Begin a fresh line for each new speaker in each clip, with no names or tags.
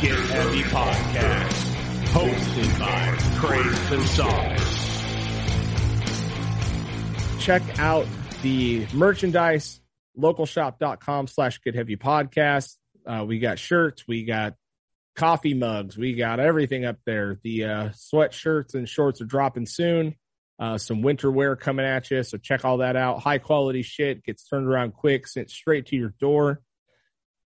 Get Heavy Podcast, hosted by Craig Gonzalez.
check out the merchandise localshop.com slash get heavy podcast uh, we got shirts we got coffee mugs we got everything up there the uh, sweatshirts and shorts are dropping soon uh, some winter wear coming at you so check all that out high quality shit gets turned around quick sent straight to your door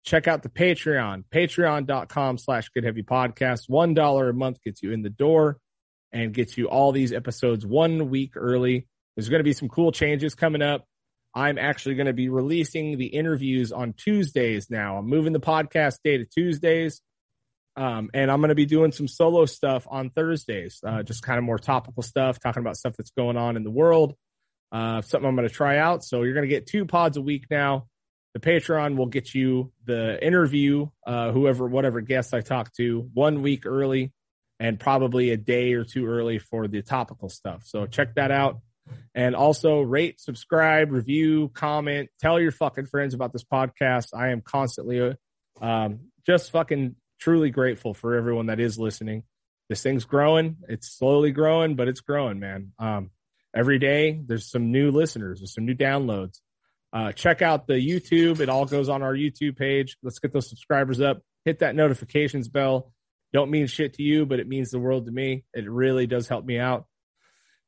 check out the patreon patreon.com slash get heavy podcast one dollar a month gets you in the door and gets you all these episodes one week early there's going to be some cool changes coming up. I'm actually going to be releasing the interviews on Tuesdays now. I'm moving the podcast day to Tuesdays. Um, and I'm going to be doing some solo stuff on Thursdays, uh, just kind of more topical stuff, talking about stuff that's going on in the world, uh, something I'm going to try out. So you're going to get two pods a week now. The Patreon will get you the interview, uh, whoever, whatever guest I talk to, one week early and probably a day or two early for the topical stuff. So check that out. And also rate, subscribe, review, comment, tell your fucking friends about this podcast. I am constantly uh, um, just fucking truly grateful for everyone that is listening. This thing's growing. It's slowly growing, but it's growing, man. Um, every day there's some new listeners, there's some new downloads. Uh, check out the YouTube. It all goes on our YouTube page. Let's get those subscribers up. Hit that notifications bell. Don't mean shit to you, but it means the world to me. It really does help me out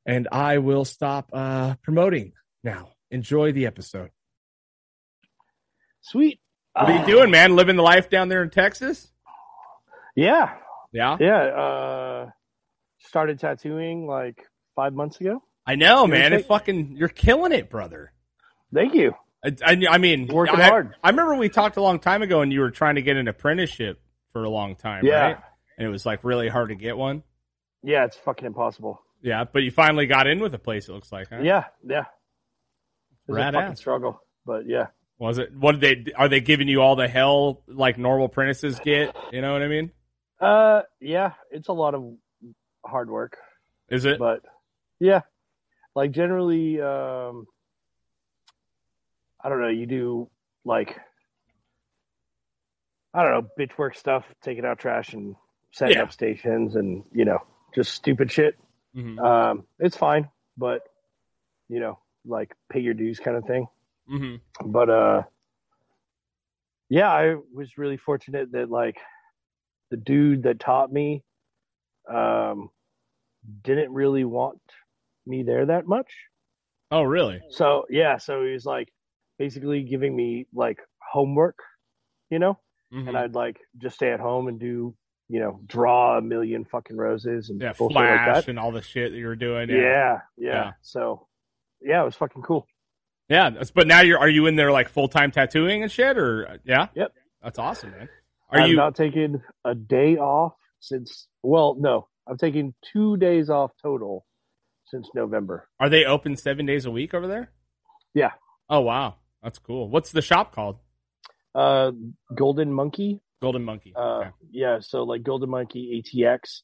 and I will stop uh, promoting now. Enjoy the episode.
Sweet.
What are you doing, man? Living the life down there in Texas?
Yeah,
Yeah,
yeah. Uh, started tattooing like five months ago.
I know,
You're
man. It
taking-
fucking you're killing it, brother.
Thank you.
I, I, I mean,
Working
I,
hard.
I remember we talked a long time ago, and you were trying to get an apprenticeship for a long time,
Yeah.
right? And it was like really hard to get one.
Yeah, it's fucking impossible.
Yeah, but you finally got in with a place. It looks like, huh?
Yeah, yeah. It was
Rad
a fucking
ass.
struggle, but yeah.
Was it? What did they? Are they giving you all the hell like normal apprentices get? You know what I mean?
Uh, yeah, it's a lot of hard work,
Is it?
but yeah, like generally, um, I don't know. You do like, I don't know, bitch work stuff, taking out trash and setting
Yeah.
up stations, and you know, just stupid shit.
Mhm.
Um, it's fine, but you know, like pay your dues kind of thing.
Mhm.
But uh, yeah, I was really fortunate that like the dude that taught me um, didn't really want me there that much.
Oh, really?
So yeah, so he was like basically giving me like homework, you know,
Mhm.
and I'd like just stay at home and do you know draw a million fucking roses and
yeah,
bullshit
Flash
like that.
and all the shit that you were doing.
Yeah.
Yeah,
Yeah,
Yeah.
So, yeah, it was fucking cool.
yeah. that's- But now you're are you in there like full time tattooing and shit, or yeah?
Yep.
That's awesome, man. Are
I've
you?
not taken a day off since? Well, no, I've taken two days off total since November.
Are they open seven days a week over there?
Yeah.
Oh wow, that's cool. What's the shop called?
Uh, Golden Monkey.
Golden Monkey.
Uh,
okay.
yeah. So like Golden Monkey ATX.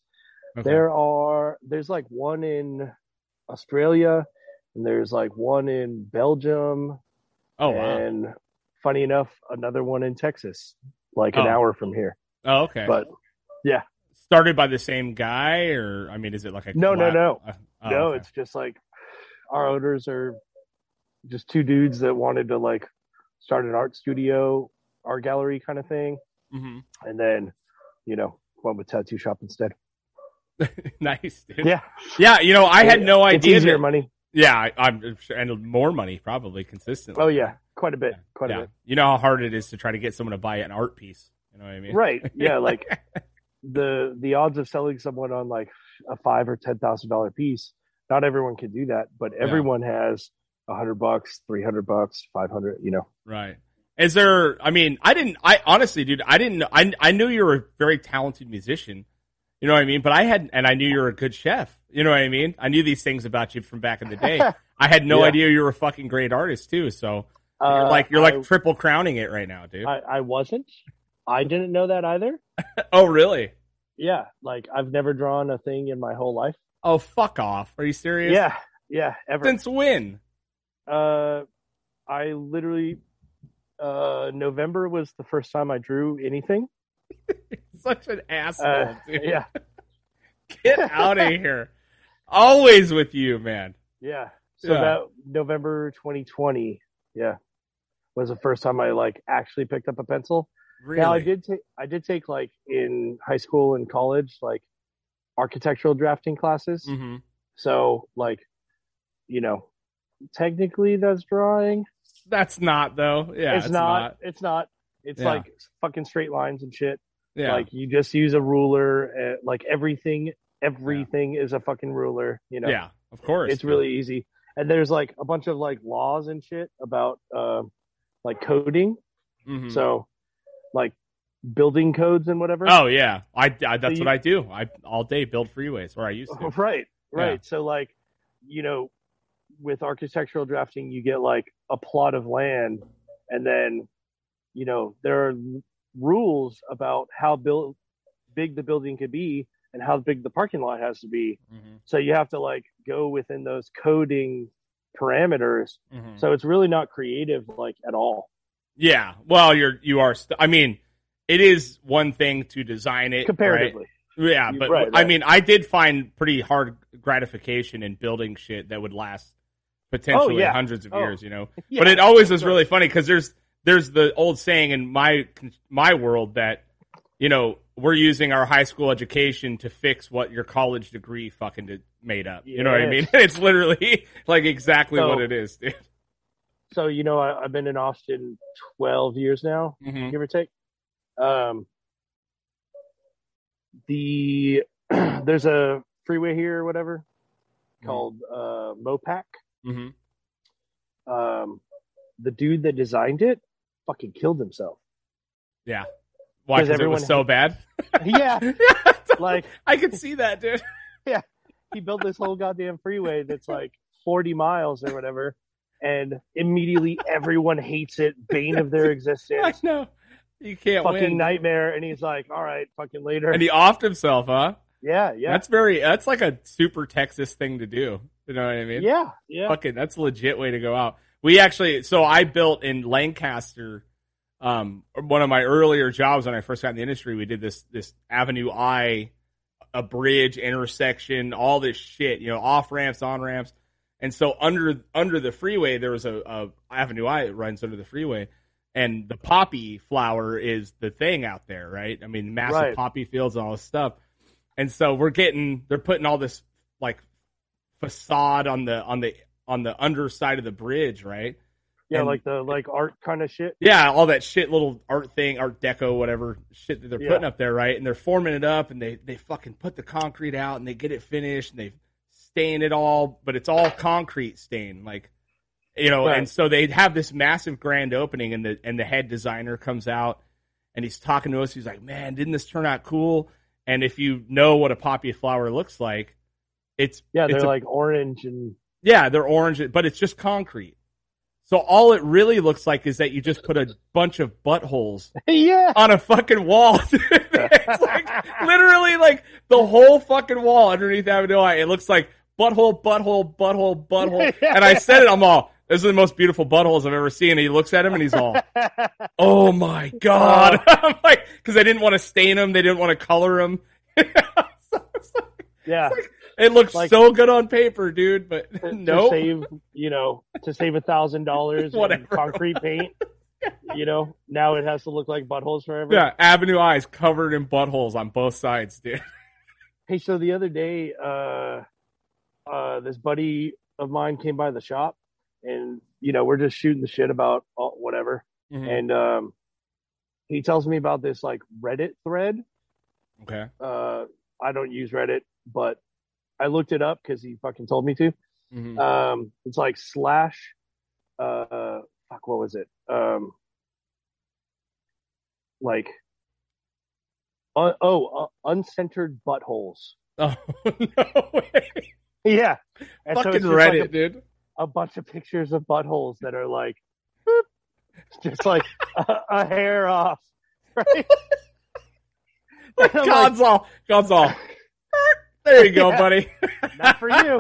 Okay.
There are there's like one in Australia, and there's like one in Belgium,
Oh wow.
and funny enough, another one in Texas, like an
Oh.
hour from here.
Oh okay.
But
Started by the same guy, or I mean, is it like a
No, no, no.
Uh, oh,
no,
okay.
it's just like our owners are just two dudes that wanted to like start an art studio, art gallery kind of thing,
Mhm.
and then you know went with tattoo shop instead.
nice. Dude.
Yeah,
yeah. You know, I had no
it's
idea.
easier
that-
money.
yeah, I, I'm sure, and more money probably consistently.
Oh yeah, quite a bit, quite a
yeah.
bit.
You know how hard it is to try to get someone to buy an art piece. You know what I mean?
Right? Yeah, like the the odds of selling someone on like a five or ten thousand dollar piece. Not everyone can do that, but everyone has a hundred bucks, three hundred bucks, five hundred. You know.
Right. Is there? I mean, I didn't. I honestly, dude, I didn't. I I knew you were a very talented musician. You know what I mean? But I had, and I knew you were a good chef. You know what I mean? I knew these things about you from back in the day. I had no
Yeah.
idea you were a fucking great artist too. So you're
Uh,
like you're
I-
like triple crowning it right now, dude.
I, I wasn't. I didn't know that either.
oh really?
Yeah, like I've never drawn a thing in my whole life.
Oh fuck off! Are you serious?
Yeah, yeah, ever.
Since when?
uh, I literally, uh, November was the first time I drew anything,
such an asshole,
Uh,
dude.
yeah,
Get out of here. Always with you, man.
yeah. So
Yeah.
that November 2020, yeah, was the first time I like actually picked up a pencil.
Really?
Now I did take I did take like in high school and college like architectural drafting classes.
hmm
So like, you know, technically that's drawing.
That's not though. Yeah,
it's, not, It's not. It's
Yeah.
like fucking straight lines and shit.
Yeah,
Like you just use a ruler. Uh, like everything, everything is a fucking ruler. You know.
yeah. Of course,
It's really easy. And there's like a bunch of like laws and shit about um like coding.
Mhm.
So like building codes and whatever.
Oh yeah, I, I that's
you-
what I do. I all day build freeways, or I used to.
Right, right.
Yeah.
So like, you know, with architectural drafting, you get like a plot of land, and then, you know, there are rules about how build big the building could be and how big the parking lot has to be.
Mhm,
So you have to like go within those coding parameters.
mhm.
So it's really not creative like at all.
Yeah, well, you're you are. St- I mean, it is one thing to design it right?
Comparatively.
Yeah,
You-
but
right,
I
right.
mean, I did find pretty hard gratification in building shit that would last potentially
Oh, yeah.
hundreds of
Oh.
years. You know,
Yeah,
but it always was
right.
really funny because there's there's the old saying in my my world that you know we're using our high school education to fix what your college degree fucking did, made up. You know what I mean?
Yes.
It's literally like exactly
So-
what it is, dude.
so you know, I, I've been in Austin twelve years now.
hmm
give or take. Um, the there's a freeway here or whatever
Mhm.
called uh, Mopac.
hmm
Um, the dude that designed it fucking killed himself.
Why?
'Cause
Because it
everyone
was so bad.
yeah, like
I could see that, dude.
he built this whole goddamn freeway that's like 40 miles or whatever, and immediately everyone hates it, bane of their
I
existence,
know. You can't
fucking
win.
nightmare. And he's like, all right, fucking later.
And he offed himself, huh?
yeah, yeah,
That's very. That's like a super Texas thing to do. You know what I mean?
yeah, yeah.
fucking that's a legit way to go out. We actually so I built in Lancaster um one of my earlier jobs when I first got in the industry, we did this this Avenue I a bridge intersection, all this shit, you know, off ramps, on ramps. And so under under the freeway there was a, a Avenue I that runs under the freeway and the poppy flower is the thing out there, right? I mean massive
Right.
poppy fields and all this stuff. And so we're getting they're putting all this like facade on the on the on the underside of the bridge, right?
Yeah,
And-
like the like art kind of shit.
Yeah, all that shit, little art thing, art deco, whatever shit that they're
Yeah.
putting up there, right? And they're forming it up, and they they fucking put the concrete out, and they get it finished, and they stain it all, but it's all concrete stain, like you know.
Right.
And so they have this massive grand opening, and the and the head designer comes out, and he's talking to us. He's like, "Man, didn't this turn out cool?" And if you know what a poppy flower looks like, it's
Yeah,
It's
they're
a-
like orange and
Yeah, they're orange, but it's just concrete. So all it really looks like is that you just put a bunch of buttholes
yeah,
on a fucking wall. it's like literally like the whole fucking wall underneath Avenue I. It looks like butthole, butthole, butthole, butthole. And I said it, I'm all, this is the most beautiful buttholes I've ever seen. And he looks at him and he's all, oh my God. I'm like, cause they didn't want to stain them. They didn't want to color them.
yeah.
it looks
Like-
so good on paper, dude, but
To- to
no.
save you know to save a thousand dollars in
Whatever.
concrete paint. You know, now it has to look like buttholes forever.
Yeah, Avenue I is covered in buttholes on both sides, dude.
Hey, so the other day, uh, uh, this buddy of mine came by the shop, and you know we're just shooting the shit about all, whatever,
Mm.
and um, he tells me about this like Reddit thread
Okay.
uh, I don't use Reddit, but I looked it up because he fucking told me to. Um, it's like slash, uh, fuck, what was it? Um, like, uh, oh, uh, uncentered buttholes.
Oh no way!
Yeah, and so
Fucking
it's just
Reddit,
like
dude.
a, a bunch of pictures of buttholes that are like, boop, just like a, a hair off. Right? And I'm like,
God's all, God's all. There you go,
Yeah.
buddy.
not for you.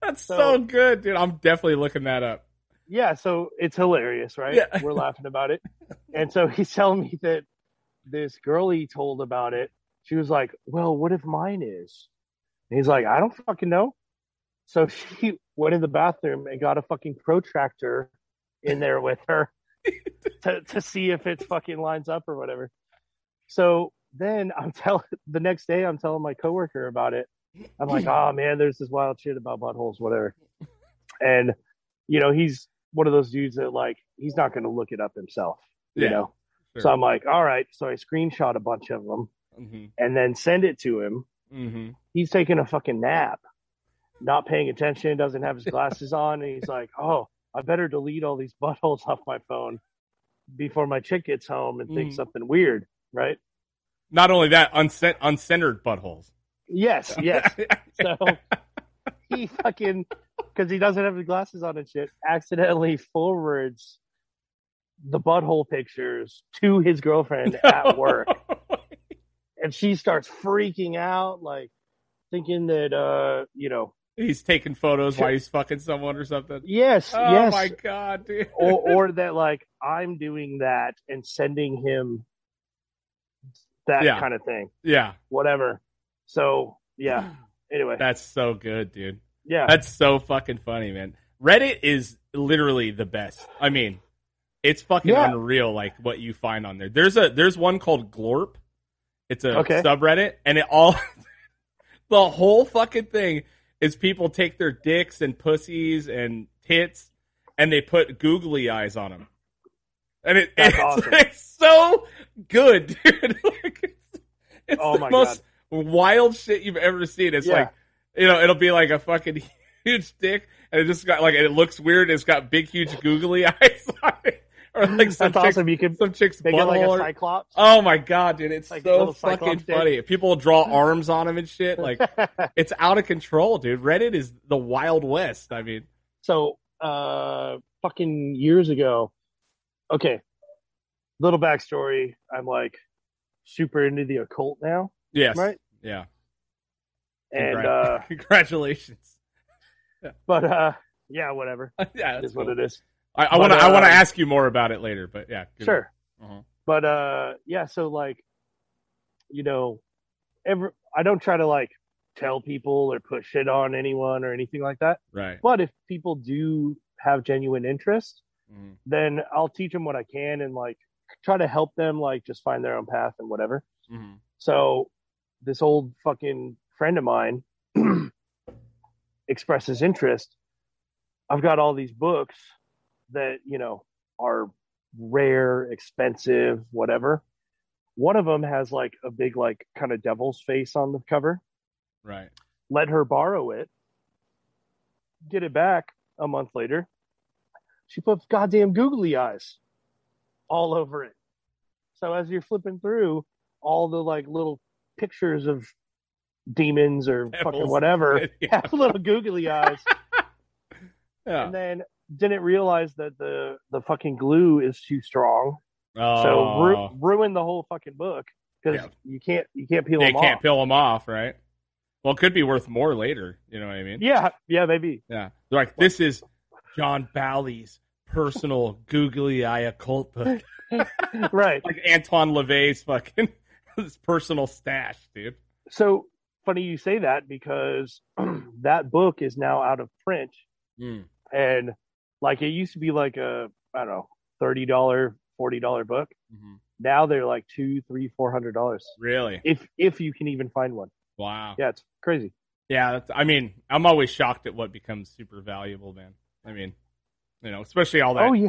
That's so,
So-
good, dude. I'm definitely looking that up.
yeah so it's hilarious right
Yeah.
we're laughing about it and so he's telling me that this girl he told about it, she was like, "Well, what if mine is?" And he's like, "I don't fucking know." So she went in the bathroom and got a fucking protractor in there with her to to see if it fucking lines up or whatever. So then I'm telling the next day I'm telling my coworker about it. I'm like, "Oh man, there's this wild shit about buttholes, whatever." And you know, he's one of those dudes that like he's not going to look it up himself, you
Yeah,
know.
sure.
So I'm like, all right. So I screenshot a bunch of them
Mm-hmm.
and then send it to him.
Mm-hmm.
He's taking a fucking nap, not paying attention, doesn't have his glasses on, and he's like, oh, I better delete all these buttholes off my phone before my chick gets home and thinks
Mhm.
something weird, right?
Not only that, uncent- uncentered buttholes.
Yes, yes. so he fucking because he doesn't have his glasses on and shit accidentally forwards the butthole pictures to his girlfriend at work and she starts freaking out like thinking that uh you know
he's taking photos while he's fucking someone or something.
yes Oh.
Oh
yes
my god, dude.
or or that like i'm doing that and sending him that
Yeah.
kind of thing
yeah.
whatever so yeah anyway
That's so good, dude.
yeah
That's so fucking funny, man. Reddit is literally the best. I mean, it's fucking
Yeah.
unreal like what you find on there. There's a there's one called Glorp. It's a
Okay.
subreddit and it all the whole fucking thing is people take their dicks and pussies and tits and they put googly eyes on them. And it,
That's
it's,
awesome.
it's so good, dude. like, it's it's
Oh
the
my
most wild shit you've ever seen. It's
Yeah.
like you know, it'll be like a fucking huge dick, and it just got like it looks weird. It's got big, huge, googly eyes on it, or like some
that's
chick's,
awesome you could
some chick's
they get like
butthole
a
or-
cyclops
Oh my god, dude! It's
Like a
so
little
fucking
cyclops dick.
funny. People will draw arms on him and shit. Like it's out of control, dude. Reddit is the wild west. I mean,
so uh fucking years ago okay little backstory i'm like super into the occult now
yes,
right
yeah.
and
Congrat-
uh
congratulations.
but uh yeah whatever
yeah,
it
that's
is
cool.
what it is
I, I
But,
want to. I want to
uh,
ask you more about it later, but yeah, good.
sure
Uh-huh.
but uh yeah so like you know every i don't try to like tell people or put shit on anyone or anything like that
Right.
but if people do have genuine interest
Mhm.
then I'll teach them what I can and like try to help them like just find their own path and whatever.
Mhm.
So this old fucking friend of mine expresses interest. I've got all these books that, you know, are rare, expensive, whatever. One of them has like a big like kind of devil's face on the cover.
Right.
Let her borrow it. Get it back a month later. She puts goddamn googly eyes all over it. So as you're flipping through all the like little pictures of demons or fucking
Devils.
whatever,
yeah.
have little googly eyes,
Yeah.
and then didn't realize that the the fucking glue is too strong, so
Oh.
ru- ruin the whole fucking book because
Yeah.
you can't you can't peel
they
them
can't
off.
peel them off, right? Well, it could be worth more later. You know what I mean?
yeah, yeah, maybe.
Yeah. They're like, this is John Bally's personal googly eye occult book,
right.
like Anton LaVey's fucking his personal stash, dude.
So funny you say that because that book is now out of print
Mm.
and like it used to be like a I don't know thirty dollar forty dollar book. Now they're like two three four hundred dollars
Really?
if if you can even find one.
Wow. Yeah.
Yeah, it's crazy.
that's, I mean, I'm always shocked at what becomes super valuable, man. I mean, you know, especially all that.
Oh yeah.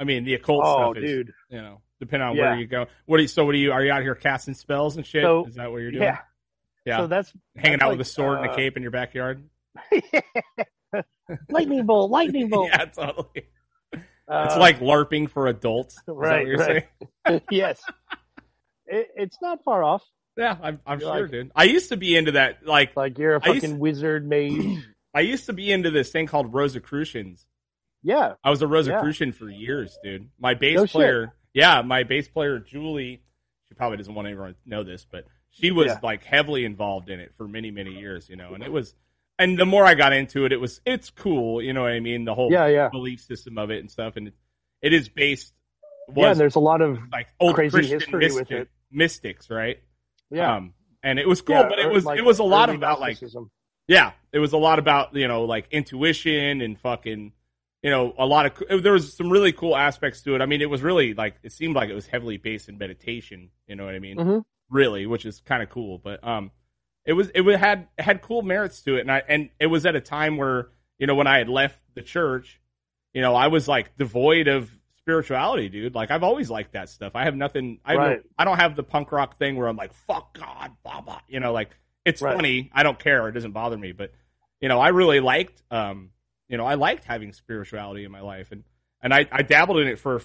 I mean, the occult
Oh
stuff is,
dude.
you know, depending on
Yeah.
where you go. What do you, so what do you, are you out here casting spells and shit?
So,
is that what you're doing?
Yeah.
Yeah.
So that's
Hanging
that's
out
like,
with a sword and a
uh,
cape in your backyard?
lightning bolt, lightning bolt.
yeah, totally. it's
Uh,
like LARPing for adults. Is that what
Right,
you're
right.
saying?
yes. It, it's not far off.
Yeah, I'm, I'm
You're
sure,
like-
dude. I used to be into that. Like,
Like you're a
I
fucking
used-
wizard mage.
I used to be into this thing called Rosicrucians.
yeah.
I was a Rosicrucian for years, dude. My bass
No shit.
player, yeah, my bass player Julie. She probably doesn't want anyone to know this, but she was
Yeah.
like heavily involved in it for many, many years, you know. And it was, and the more I got into it, it was it's cool, you know what I mean? The whole
Yeah, yeah.
belief system of it and stuff, and it, it is based
Yeah,
was
and there's a lot of
like old
crazy
Christian
history with
mystic.
it.
mystics, right?
Yeah.
Um, and it was cool,
Yeah,
but it
or,
was
like,
it was a lot
early
about like
Gnosticism.
yeah, it was a lot about you know like intuition and fucking you know a lot of there was some really cool aspects to it. I mean, it was really like it seemed like it was heavily based in meditation. You know what I mean?
Mhm.
Really, which is kind of cool. But um, it was it wa- had it had cool merits to it, and I and it was at a time where you know when I had left the church, you know I was like devoid of spirituality, dude. Like I've always liked that stuff. I have nothing. I have no-
Right.
I don't have the punk rock thing where I'm like fuck God, blah blah. You know, like it's
Right.
funny. I don't care. It doesn't bother me. But you know, I really liked, um, you know, I liked having spirituality in my life, and and I, I dabbled in it for a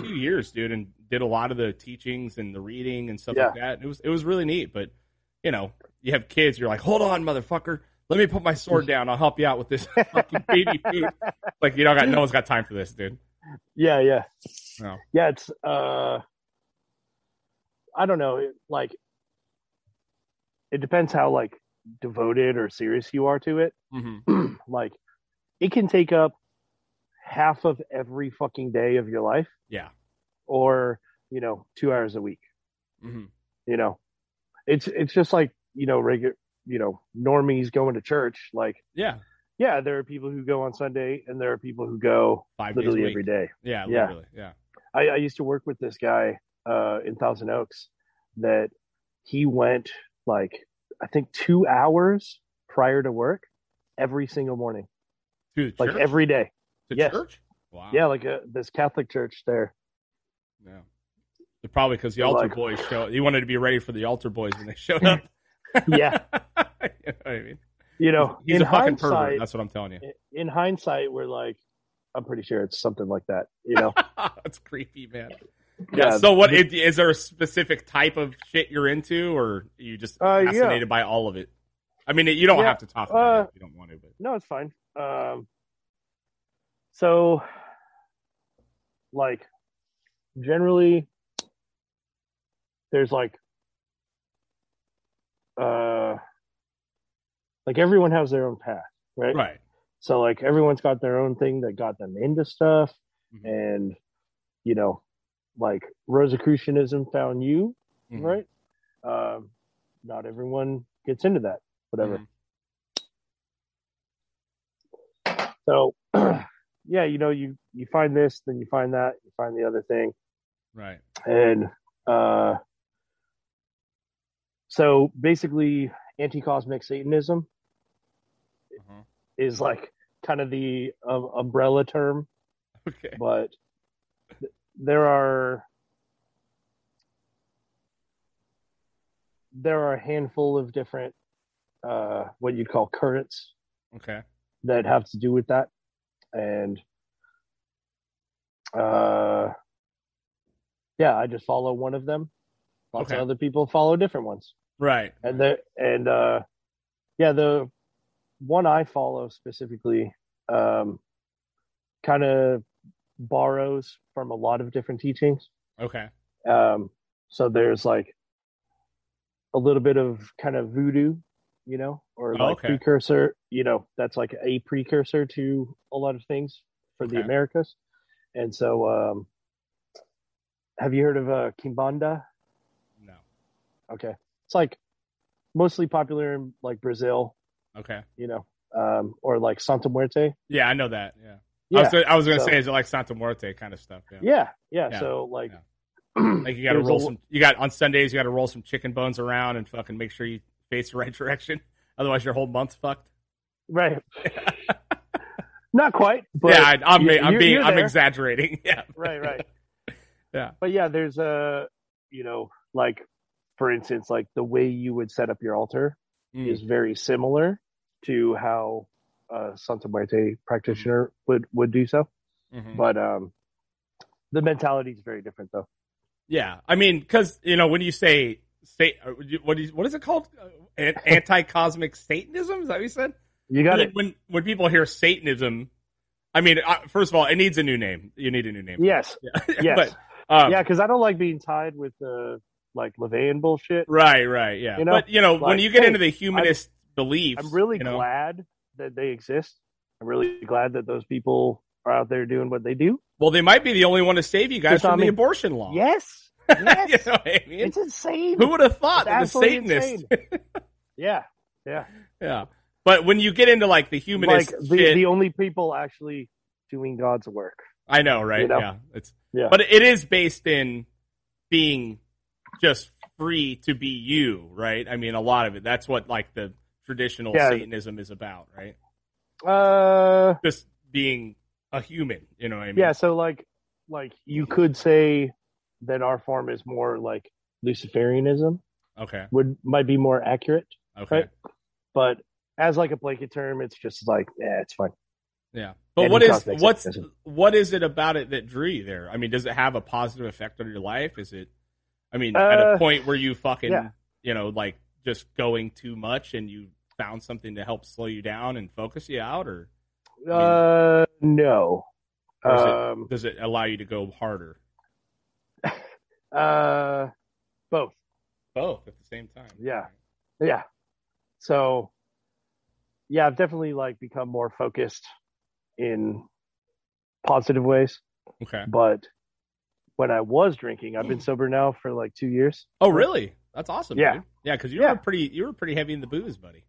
few years, dude, and did a lot of the teachings and the reading and stuff like that. It was it was really neat. But you know, you have kids, you're like, hold on, motherfucker. Let me put my sword down. I'll help you out with this fucking baby food. Like you don't got no one's got time for this, dude.
Yeah, yeah.
No.
Yeah, it's uh I don't know, it, like it depends how like devoted or serious you are to it.
Mm-hmm.
like it can take up half of every fucking day of your life
Yeah.
or, you know, 2 hours a week,
Mm-hmm.
you know. It's it's just like, you know, regular, you know, normies going to church like
Yeah.
yeah, there are people who go on Sunday and there are people who go
Five days a
literally
week.
every day.
Yeah.
Yeah.
Literally. Yeah.
I, I used to work with this guy uh, in Thousand Oaks that he went like I think two hours prior to work every single morning,
To the
like
church.
every day.
to
yes.
church. Wow.
Yeah, like a, this Catholic church there.
Yeah. But Probably because the altar
Like-
boys show. He wanted to be ready for the altar boys when they showed up.
Yeah,
you know what I mean?
you know,
He's
in
a fucking pervert.
hindsight,
That's what I'm telling you.
in hindsight, we're like, I'm pretty sure it's something like that. You know,
That's creepy, man. Yeah. so what is is there a specific type of shit you're into, or are you just
Uh, yeah.
fascinated by all of it? I mean, you don't
Yeah,
have to talk about
uh,
it if you don't want to, but
No, it's fine. Um, so, like, generally, there's like, uh, like everyone has their own path, right?
right.
So, like, everyone's got their own thing that got them into stuff,
Mhm.
and you know, like Rosicrucianism found you,
Mhm.
right? Um, not everyone gets into that, whatever.
Mhm.
So yeah, you know, you you find this, then you find that, you find the other thing,
Mm-hmm. Right.
and uh, so basically, anti-cosmic Satanism
Uh-huh.
is like kind of the um, umbrella term,
Okay.
but th- there are there are a handful of different uh, what you'd call currents
Okay.
that have to do with that and uh yeah i just follow one of them lots
Okay.
of other people follow different ones
Right.
and the and uh yeah the one i follow specifically um kind of borrows from a lot of different teachings
Okay.
um so there's like a little bit of kind of voodoo you know or
Oh,
like
okay.
precursor you know that's like a precursor to a lot of things for the
Okay.
americas and so um have you heard of uh kimbanda
No.
okay it's like mostly popular in like brazil
Okay.
you know um or like santa muerte
Yeah, I know that. Yeah. I
yeah
was gonna, I was gonna
so-
say, is it like Santa Muerte kind of stuff? Yeah.
yeah yeah,
Yeah,
so like
yeah. Like you got to
there's a
roll
l-
some. You got on Sundays. You got to roll some chicken bones around and fucking make sure you face the right direction. Otherwise, your whole month's fucked.
right not quite but
yeah, I, I'm,
you-
I'm
you're-
being,
you're
I'm
there.
exaggerating. Yeah,
right right
Yeah.
but yeah there's a you know like for instance like the way you would set up your altar
Mm.
is very similar to how a santa muerte practitioner
Hmm.
would would do so
Mhm.
but um the mentality is very different though
yeah. I mean, because you know, when you say state, what is what is it called? Anti cosmic Satanism? Is that what you said?
you got
Like,
it
When when people hear Satanism, I mean, I, first of all, it needs a new name. You need a new name.
yes yes
but um,
yeah because i don't like being tied with the like levian bullshit
Right, right, yeah.
You know,
but you know, when
like,
you get
hey,
into the humanist beliefs,
i'm really
you know,
glad that they exist i'm really glad that those people are out there doing what they do
Well, they might be the only one to save you guys
Just on
from the
me.
abortion law.
yes Yes.
you know what I mean?
It's insane.
Who would have thought
It's
that the
absolutely
Satanist?
yeah.
yeah. But when you get into like the
Like
humanist
the,
shit,
the only people actually doing God's work.
I know, right?
you know?
Yeah. It's
Yeah.
but it is based in being just free to be you, right? I mean, a lot of it. That's what like the traditional
Yeah.
Satanism is about, right?
Uh
Just being a human, you know what I mean?
yeah, so like like you could say that our form is more like Luciferianism
Okay.
would might be more accurate,
Okay.
Right. but as like a blanket term, it's just like, yeah, it's fine.
Yeah. But
And
what
he
is
talks like
what's
Satanism.
what is it about it that drew you there? I mean, does it have a positive effect on your life? Is it I mean, at a
Uh,
point where you fucking
yeah.
you know, like just going too much and you found something to help slow you down and focus you out or
Uh no.
Or is it-
Um
does it allow you to go harder?
uh both.
Both at the same time.
Yeah. Yeah. So yeah, I've definitely like become more focused in positive ways.
Okay.
But when I was drinking, I've been sober now for like two years.
Oh, really? That's awesome.
Yeah.
Dude. Yeah, because you
Yeah.
were pretty you were pretty heavy in the booze, buddy.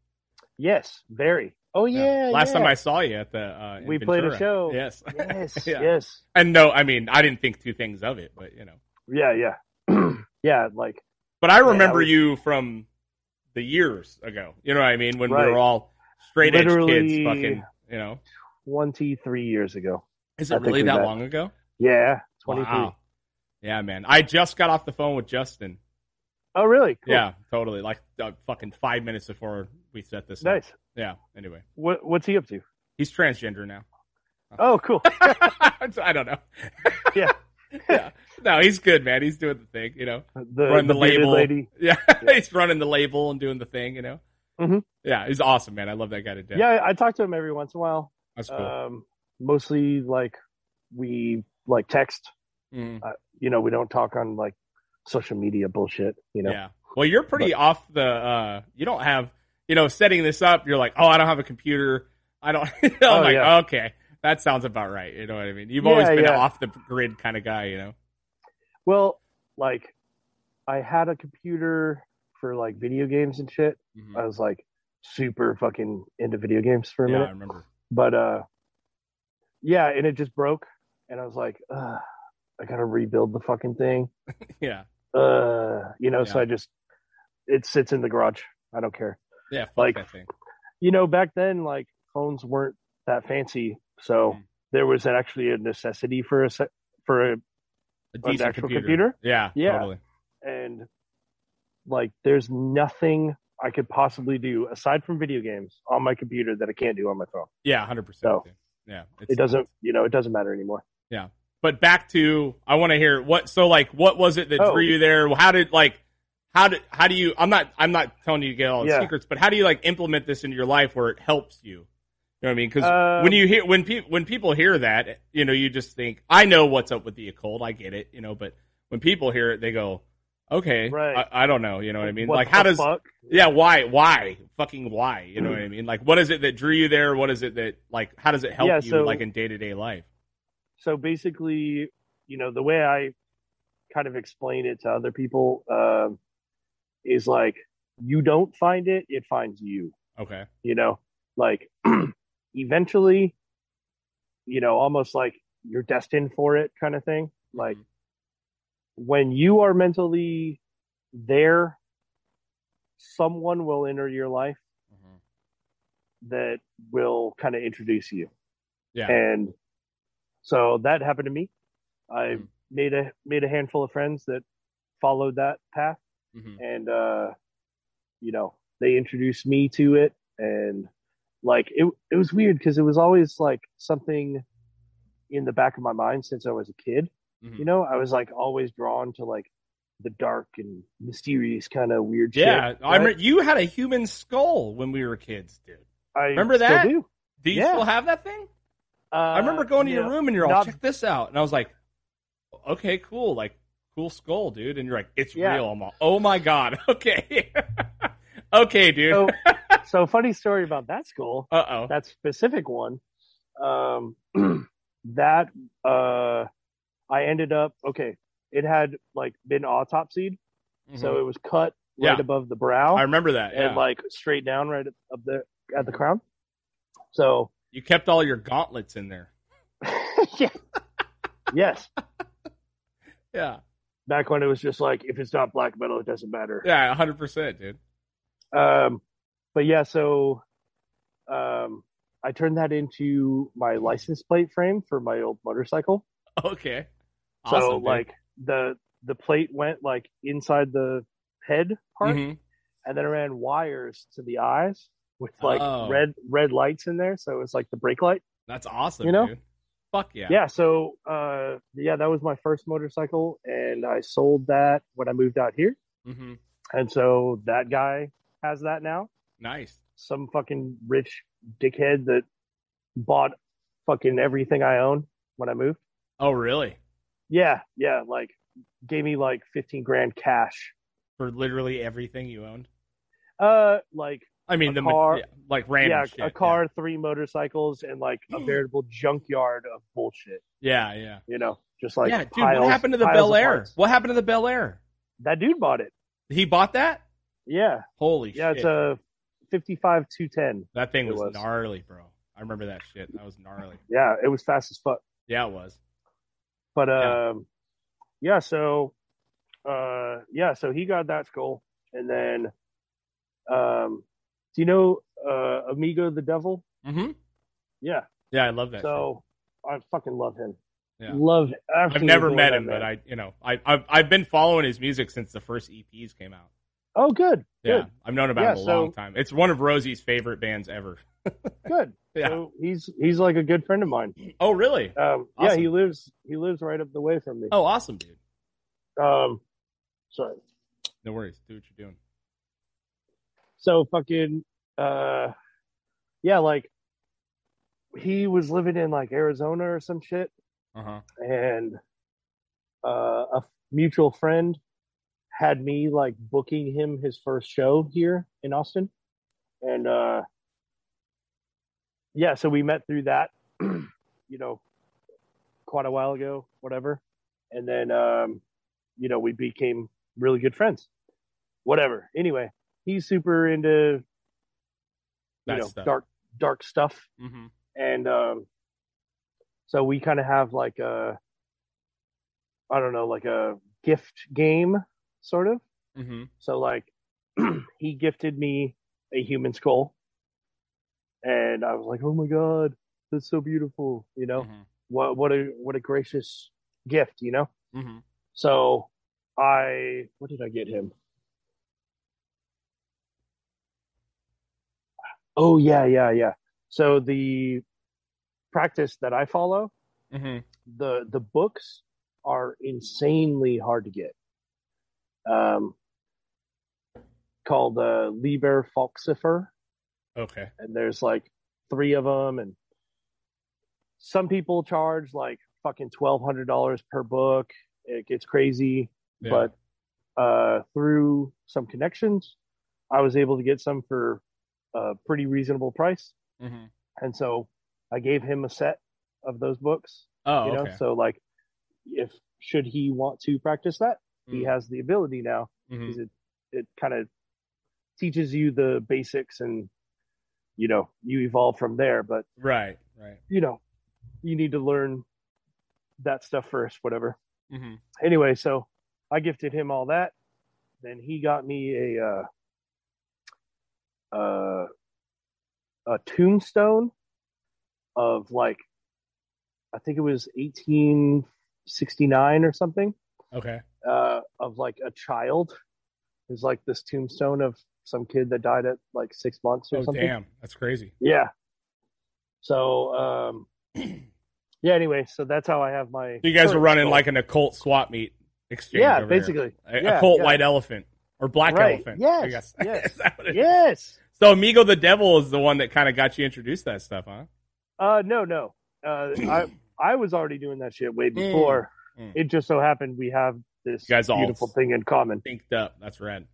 Yes, very. Oh yeah.
Last
yeah.
time I saw you at the uh, in
We played a
Ventura.
show.
Yes.
Yes,
Yeah.
yes.
and no, I mean I didn't think two things of it, but you know.
Yeah, yeah. yeah, like
But I
Yeah,
remember
we-
you from the years ago. You know what I mean? When we
Right.
were all straight edge
Literally-
kids, fucking. You know,
twenty three years ago.
is
I
it
think
really
we
that
met.
long ago?
Yeah. Twenty three.
Wow. Yeah, man. I just got off the phone with Justin.
Oh really? Cool.
Yeah, totally. Like uh, fucking five minutes before we set this. up.
Nice.
Yeah. Anyway,
What what's he up to?
he's transgender now.
Oh cool.
I don't know.
Yeah.
yeah. No, he's good, man. He's doing the thing. You know.
The,
Run the
bearded
label.
lady.
Yeah,
Yeah.
he's running the label and doing the thing, you know.
Mhm.
Yeah, he's awesome, man. I love that guy to death.
yeah, I talk to him every once in a while.
that's cool.
um, mostly like we like text
Mhm.
you know we don't talk on like social media bullshit you know
Yeah. Well, you're pretty off the. uh You don't have, you know, setting this up. You're like, oh, I don't have a computer. I don't. I'm
Oh,
like,
yeah.
okay, that sounds about right. You know what I mean? You've
Yeah,
always been
yeah.
an off the grid kind of guy, you know.
well like i had a computer for like video games and shit
Mhm.
i was like super fucking into video games for a
Yeah, I
minute
remember.
but uh yeah and it just broke and i was like Ugh, i gotta rebuild the fucking thing
Yeah,
uh you know so
Yeah.
i just it sits in the garage i don't care
yeah, fuck
Like-
that thing.
you know, back then, like phones weren't that fancy, so
Mhm.
there was actually a necessity for a se- for a,
A
an
decent
actual
computer.
computer?
Yeah,
Yeah.
totally.
and like there's nothing I could possibly do aside from video games on my computer that I can't do on my phone.
Yeah, hundred
No.
percent. Yeah, it's-
It doesn't, you know, it doesn't matter anymore.
but back to I want to hear what so like what was it that
Oh.
drew you there? How did like how did how do you I'm not I'm not telling you to get all the
Yeah.
secrets, but how do you like implement this into your life where it helps you? You know what I mean? Because
Um,
when you hear when people when people hear that, you know, you just think I know what's up with the occult, I get it, you know, but when people hear it, they go, okay,
Right.
I, I don't know, you know what I mean?
What
like how
the
does
fuck?
yeah, why why fucking why? You know what I mean? Like what is it that drew you there? What is it that like how does it help
Yeah,
you
so-
like in day to day life?
So basically, you know, the way I kind of explain it to other people um, is like you don't find it, it finds you.
Okay,
you know like eventually you know almost like you're destined for it kind of thing
Mm-hmm.
like when you are mentally there someone will enter your life that will kind of introduce you
yeah.
and so that happened to me i
Mhm.
made a made a handful of friends that followed that path
Mhm.
and uh you know they introduced me to it and like it it was weird because it was always like something in the back of my mind since I was a kid
Mhm.
you know I was like always drawn to like the dark and mysterious kind of weird
Yeah,
shit
I
right?
remember you had a human skull when we were kids, dude.
I
remember
still
that?
do.
Do you
Yeah.
still have that thing?
Uh,
I remember going to
yeah.
your room and you're all
Not-
check this out, and I was like, okay, cool, like cool skull, dude. And you're like, it's
Yeah.
real. I'm all, oh my god, okay, okay, dude.
so, so funny story about that school
uh oh,
that specific one um that uh i ended up okay it had like been autopsied, so it was cut right
Yeah.
above the brow
Mm-hmm. I remember that. Yeah.
and like straight down right up there at the crown. So
you kept all your gauntlets in there.
yeah. yes,
Yeah.
back when it was just like if it's not black metal, it doesn't matter.
Yeah, 100%, dude.
Um, but yeah, so um, I turned that into my license plate frame for my old motorcycle.
Okay.
so
dude.
like the the plate went like inside the head part,
Mhm.
and then I ran wires to the eyes with like
Oh.
red red lights in there. So it was like the brake light.
that's awesome,
You know?
dude. Fuck yeah.
yeah so uh yeah that was my first motorcycle and i sold that when i moved out here
hmm
and so that guy has that now
Nice.
some fucking rich dickhead that bought fucking everything i own when i moved
Oh, really?
yeah yeah like gave me like 15 grand cash
For literally everything you owned?
uh like
I mean,
A
the ma-
car-
yeah, like random
yeah
shit.
a car three motorcycles and like a veritable junkyard of bullshit
Yeah, yeah.
you know just like
yeah, dude,
piles-
what happened to the
piles
Bel
of
Air?
parts.
What happened to the Bel Air?
that dude bought it
He bought that?
yeah
Holy
Yeah,
shit.
it's a 55 210.
that thing
it
was,
was.
gnarly, bro. I remember that shit. That was gnarly.
Yeah, it was fast as fuck.
Yeah, it was.
But
Yeah.
um yeah, so uh yeah, so he got that skull and then um do you know uh Amigo the Devil?
Mm-hmm.
Yeah.
Yeah, I love that. shit.
so I fucking love him.
Yeah.
Love
I've
absolutely
never
love
met
that
him, but
man.
I, you know, I, I've I've been following his music since the first EPs came out.
Oh good.
Yeah, I've known about
Yeah,
him a
so-
long time. It's one of Rosie's favorite bands ever.
Good. Good.
Yeah.
So he's he's like a good friend of mine.
oh, really?
Um yeah,
Awesome.
he lives he lives right up the way from me.
Oh, awesome, dude.
Um sorry.
No worries. Do what you're doing.
so fucking uh yeah like he was living in like arizona or some shit
Uh huh.
and uh a f- mutual friend had me like booking him his first show here in austin and uh yeah so we met through that you know quite a while ago whatever and then um you know we became really good friends whatever anyway he's super into you
That
know
stuff.
dark dark stuff
Mm-hmm.
and um so we kind of have like a i don't know like a gift game sort of
Mm-hmm.
so like he gifted me a human skull and i was like oh my god that's so beautiful you know
Mm-hmm.
what what a what a gracious gift you know
Mm-hmm.
so I what did I get him? Oh yeah, yeah, yeah. So the practice that I follow,
Mm-hmm.
the the books are insanely hard to get. Um called uh, Liber Falsifer
Okay.
and there's like three of them and some people charge like fucking $1200 per book. It gets crazy
Yeah.
but uh, through some connections, I was able to get some for a pretty reasonable price.
Mm-hmm.
And so I gave him a set of those books.
Oh,
you know,
okay.
so like, if should he want to practice that, he
Mm.
has the ability now
Mhm.
because it it kind of teaches you the basics and you know you evolve from there. But
Mm-hmm. Right. Right.
you know you need to learn that stuff first, whatever
Mm-hmm.
anyway, so I gifted him all that. Then he got me a uh, uh, a tombstone of like I think it was 1869 or something
Okay.
uh, of like a child. It was like this tombstone of some kid that died at like six months or
Oh,
something.
damn. That's crazy.
Yeah. So um, yeah. Anyway, so that's how I have my.
So you guys were
current
running
skull.
like an occult swap meet exchange.
yeah,
over there.
basically
A,
Yeah,
occult
yeah.
white elephant or black
Right.
elephant. I
Yes,
guess.
yes,
Is that what it-
yes.
So Amigo the Devil is the one that kind of got you introduced to that stuff, huh?
Uh, no, no. Uh, I I was already doing that shit way before.
Mm.
It just so happened we have this
You guys all-
beautiful thing in common.
Synced up. That's rad.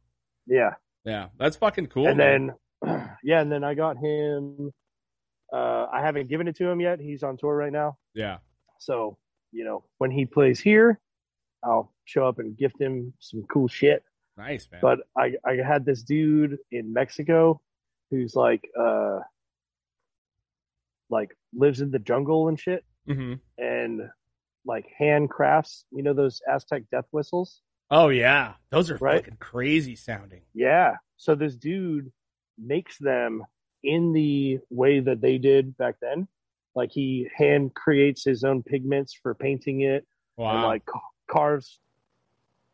Yeah,
Yeah, that's fucking cool.
and
man.
then yeah, and then I got him. Uh, I haven't given it to him yet. He's on tour right now,
yeah,
so you know when he plays here, I'll show up and gift him some cool shit.
Nice, man.
But I, I had this dude in Mexico who's like, uh, like lives in the jungle and shit
hmm
and like handcrafts, you know, those Aztec death whistles.
Oh yeah, those are
Right?
fucking crazy sounding.
Yeah. So this dude makes them in the way that they did back then. Like he hand creates his own pigments for painting it and
Wow.
like ca- carves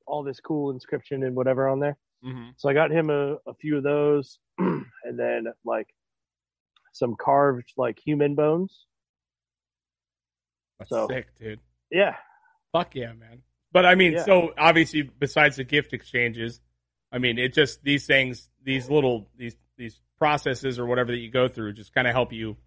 all this cool inscription and whatever on there.
Mhm.
So I got him a, a few of those and then like some carved like human bones.
That's
so-
sick, dude.
Yeah.
Fuck yeah, man. But I mean,
Yeah.
so obviously, besides the gift exchanges, I mean, it just these things, these little these these processes or whatever that you go through, just kind of help you.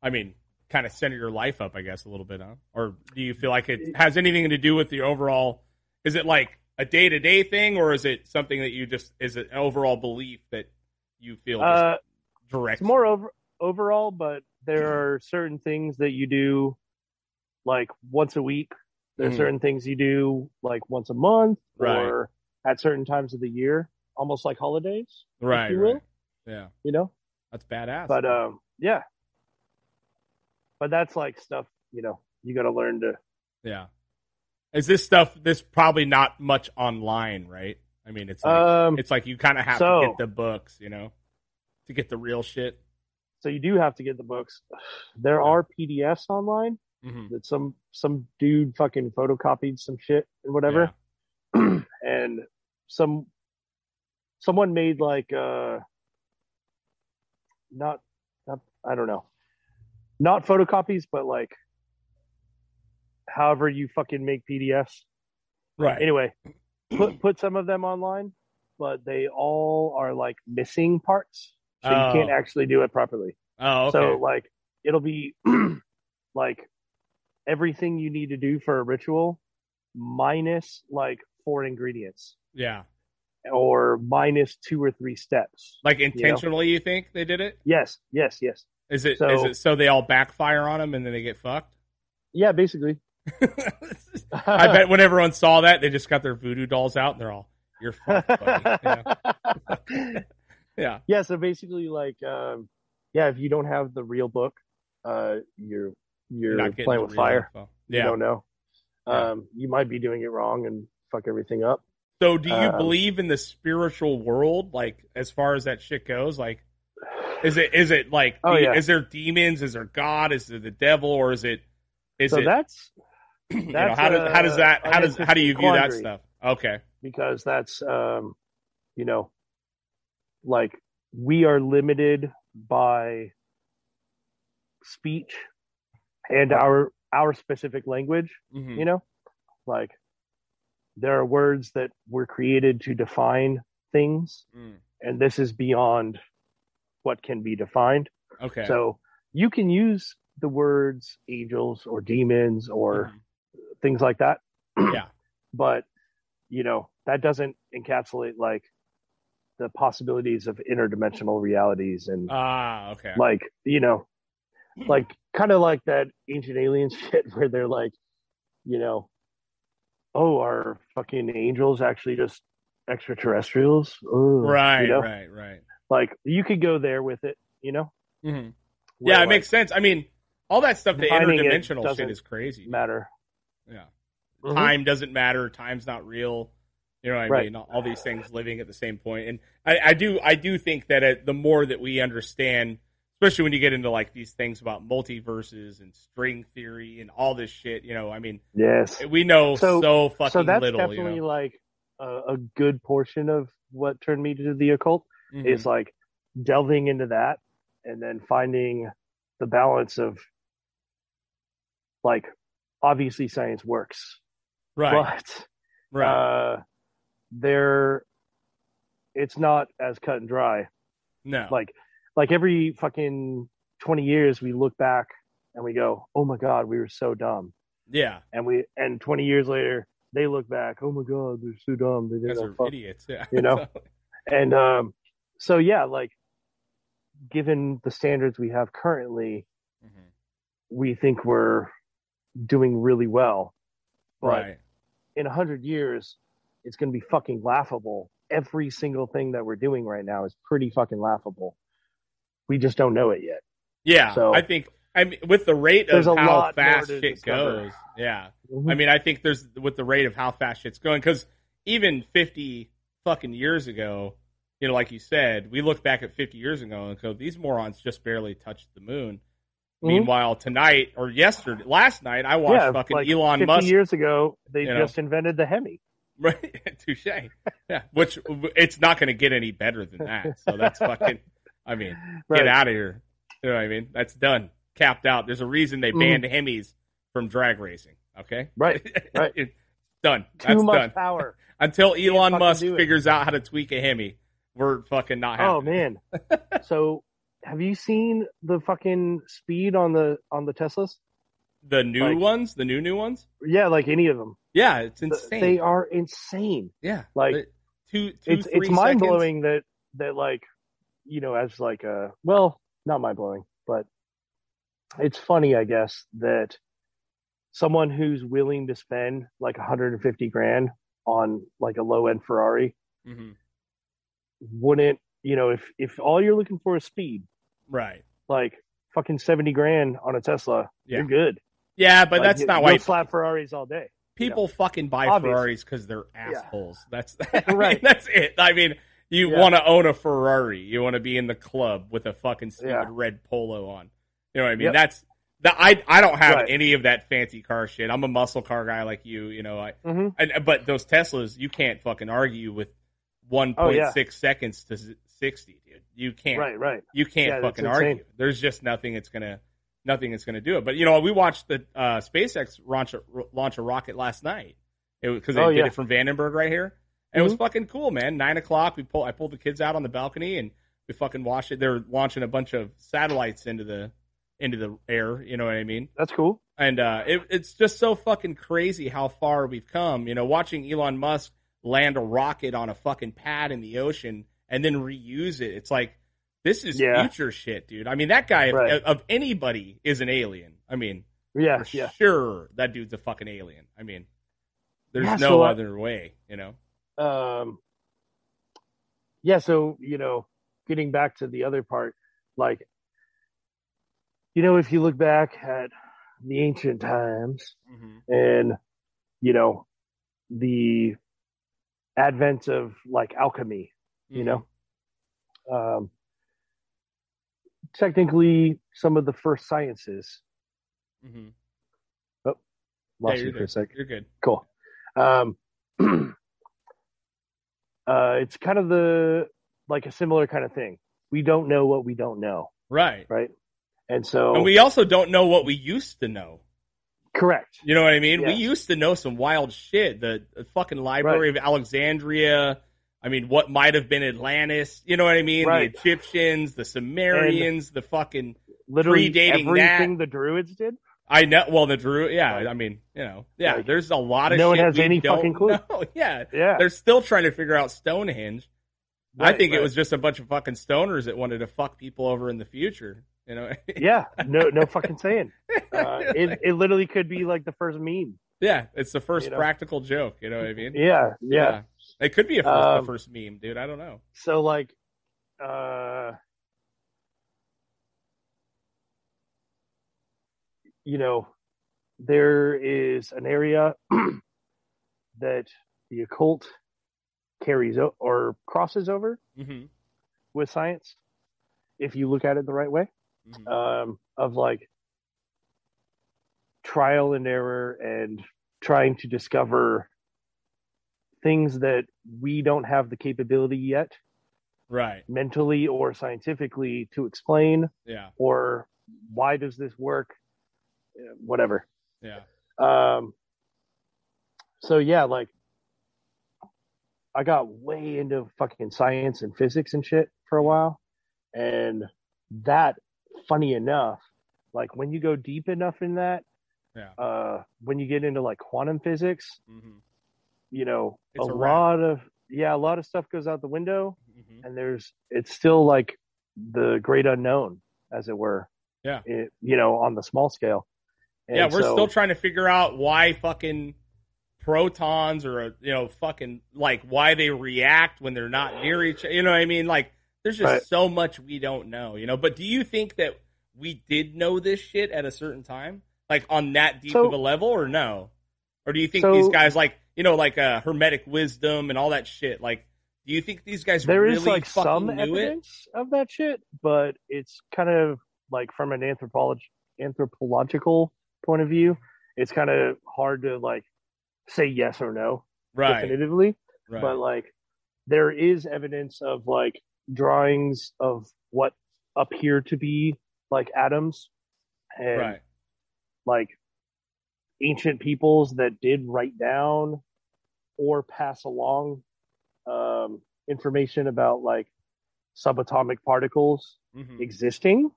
I mean, kind of center your life up, I guess, a little bit, huh? Or do you feel like it has anything to do with the overall? Is it like a day to day thing, or is it something that you just is it an overall belief that you feel just
Uh,
direct?
it's more over overall, but
Mm-hmm.
there are certain things that you do like once a week. There's
Mhm.
certain things you do like once a month
Right.
or at certain times of the year, almost like holidays,
right,
you
right.
will.
Yeah,
you know?
that's badass.
But um yeah. But that's like stuff, you know, you gotta learn to
Yeah. Is this stuff this probably not much online, right? I mean it's like
um
it's like you kinda have to
so-
get the books, you know? To get the real shit.
so you do have to get the books. There are PDFs online
Mm-hmm.
that some some dude fucking photocopied some shit and whatever. and some someone made like uh not, not i don't know not photocopies but like however you fucking make pdfs
Right.
anyway put put some of them online but they all are like missing parts so
Oh.
you can't actually do it properly
Oh, okay.
so like it'll be like everything you need to do for a ritual minus like four ingredients
yeah.
or minus two or three steps.
Like intentionally you think they did it?
Yes, yes, yes.
Is it is
So-
it so they all backfire on them and then they get fucked?
Yeah, basically.
I bet when everyone saw that, they just got their voodoo dolls out and they're all, "You're fucked, buddy." You know? Yeah.
yeah, so basically, like, um, yeah, if you don't have the real book, uh, you're you're,
not getting
playing
the
with
real
fire.
info.
You
Yeah.
don't know.
Yeah.
Um, you might be doing it wrong and fuck everything up.
So, do you
Um,
believe in the spiritual world, like as far as that shit goes? Like, is it is it like
Oh,
the-
yeah.
is there demons? Is there God? Is it the devil? Or is it is
so
it
that's
you know,
that's,
how does how does
uh,
that
an
how does how do you view
interesting
that
quandary.
stuff? Okay,
because that's um, you know, like we are limited by speech and our our specific language
Mhm.
you know like there are words that were created to define things
Mm.
and this is beyond what can be defined
okay,
so you can use the words angels or demons or
Mhm.
things like that
yeah,
but you know that doesn't encapsulate like the possibilities of interdimensional realities and
ah, okay,
like you know like kind of like that ancient alien shit where they're like you know oh are fucking angels actually just extraterrestrials Ugh,
right,
you know?
right, right.
like you could go there with it you know
Mhm.
where,
Yeah, it
like,
makes sense. I mean, all that stuff, the
Defining it
interdimensional shit
doesn't
is crazy.
matter
Yeah,
Mhm.
time doesn't matter time's not real you know what i
Right.
mean all, all these things living at the same point and i, I do i do think that uh the more that we understand especially when you get into like these things about multiverses and string theory and all this shit you know i mean
Mm-hmm. yes
we know so,
So-
fucking
so that's
little you
definitely
know
like a, a good portion of what turned me to the occult
Mhm.
is like delving into that and then finding the balance of like obviously science works
right
but
right
uh there it's not as cut and dry
no
like like every fucking 20 years we look back and we go oh my god we were so dumb
yeah
and we and 20 years later they look back oh my god they're so dumb they
guys
didn't
are
know fuck
idiots yeah
you know? and um so yeah like given the standards we have currently
Mhm.
we think we're doing really well but
right
in a hundred years, it's going to be fucking laughable. Every single thing that we're doing right now is pretty fucking laughable. We just don't know it yet.
Yeah,
So-
I think I mean with the rate of
There's a
how
lot more
fast
to
shit
discover.
goes. Yeah, I mean I think there's with the rate of how fast shit's going because even 50 fucking years ago, you know, like you said, we look back at 50 years ago and go, these morons just barely touched the moon.
Mhm.
Meanwhile, tonight or yesterday, last night, I watched
yeah,
fucking
like
Elon
50
Musk.
years ago, they
you know.
just invented the Hemi.
Right, touche. Yeah, which it's not going to get any better than that. So that's fucking. I mean,
Right.
get out of here. You know what I mean? That's done, capped out. There's a reason they
Mhm.
banned Hemis from drag racing. Okay,
Right. right.
It's done.
Too
that's
much
done.
power.
Until Elon
fucking
Musk
do it.
figures out how to tweak a Hemi, we're fucking not happy.
Oh man. so have you seen the fucking speed on the on the Teslas?
The new
Like-
ones, the new new ones.
Yeah, like any of them.
Yeah, it's
Th-
insane.
They are insane.
yeah,
like,
They- two, two,
it's
three
it's
seconds.
mind blowing that that like you know as like uh well not mind blowing but it's funny I guess that someone who's willing to spend like 150 grand on like a low end Ferrari
Mhm.
wouldn't you know if if all you're looking for is speed
Right.
like fucking 70 grand on a Tesla
Yeah.
you're good
Yeah, but
Like,
that's
you-
not
you'll
why
slap Ferraris all day
people fucking buy
Obvious.
Ferraris because they're assholes. That's I mean,
Right.
that's it. I mean, you
Yeah.
want to own a Ferrari, you want to be in the club with a fucking stupid
Yeah.
red polo on. You know what I mean?
Yep.
That's the I I don't have
Right.
any of that fancy car shit. I'm a muscle car guy like you. You know, I
mm-hmm.
and, uh, but those Teslas, you can't fucking argue with one
Oh,
point six
yeah.
seconds to z- sixty, dude. You can't
right right
you can't
Yeah, that's
fucking
insane.
argue. There's just nothing that's gonna nothing that's gonna do it. But you know, we watched the uh, SpaceX launch a, launch a rocket last night. It was because they
Oh,
did
yeah. Mm-hmm.
it from Vandenberg right here. And It was fucking cool, man. Nine o'clock, we pull I pulled the kids out on the balcony and we fucking watched it. They're launching a bunch of satellites into the into the air. You know what I mean?
that's cool
And uh, it, it's just so fucking crazy how far we've come. You know, watching Elon Musk land a rocket on a fucking pad in the ocean and then reuse it. It's like this is
Yeah.
future shit, dude. I mean, that guy
Right.
of anybody is an alien. I mean,
yeah
for
yeah
sure, that dude's a fucking alien. I mean, there's
Yeah,
no
so, uh,
other way, you know.
um yeah so you know getting back to the other part like you know if you look back at the ancient times and you know the advent of like alchemy you know
Mm-hmm.
um technically some of the first sciences
hmm
lost
you're
you for
there.
a sec
You're good.
cool. Um, uh, it's kind of the like a similar kind of thing. We don't know what we don't know,
Right.
right? And so,
And we also don't know what we used to know.
correct.
You know what I mean? We
Yeah.
used to know some wild shit. The, the fucking Library of Alexandria. I mean, what might have been Atlantis? You know what I mean?
Right.
The Egyptians, the Sumerians, the fucking.
Literally
Predating
everything the druids did.
I know. Well, the Drew. Yeah,
Right.
I mean, you know, yeah.
Like,
there's a lot of
no one
shit
has
we
any
don't
fucking clue.
know. Yeah,
Yeah,
they're still trying to figure out Stonehenge. I
Right,
think it
right.
was just a bunch of fucking stoners that wanted to fuck people over in the future. You know?
yeah. No, no fucking saying. Uh, it it literally could be like the first meme.
yeah, it's the first
You know?
practical joke. You know what I mean?
Yeah, yeah.
It could be a first,
Um,
the first meme, dude. I don't know.
So like, uh, you know, there is an area that the occult carries o- or crosses over
hmm
with science, if you look at it the right way,
Mhm.
um, of like trial and error and trying to discover things that we don't have the capability yet
Right.
mentally or scientifically to explain
Yeah.
or why does this work Uh, whatever
Yeah.
um so yeah like i got way into fucking science and physics and shit for a while and that funny enough like when you go deep enough in that
Yeah.
uh when you get into like quantum physics
Mm-hmm.
you know
It's
a
a wrap.
lot of yeah a lot of stuff goes out the window
Mm-hmm.
and there's it's still like the great unknown as it were
Yeah.
It- you know on the small scale
Yeah,
And
we're
so-
still trying to figure out why fucking protons or a, you know fucking like why they react when they're not near each you know what i mean like there's just
Right.
so much we don't know you know but do you think that we did know this shit at a certain time like on that deep
So-
of a level or no or do you think
So-
these guys like you know like uh hermetic wisdom and all that shit like do you think these guys
There is
really
like
fucking
some
knew it
evidence of that shit, but it's kind of like from an anthropolog- anthropological point of view, it's kind of hard to like say yes or no
right
definitively.
right
But like, there is evidence of like drawings of what appear to be like atoms, and
right
like ancient peoples that did write down or pass along um, information about like subatomic particles
Mhm.
existing,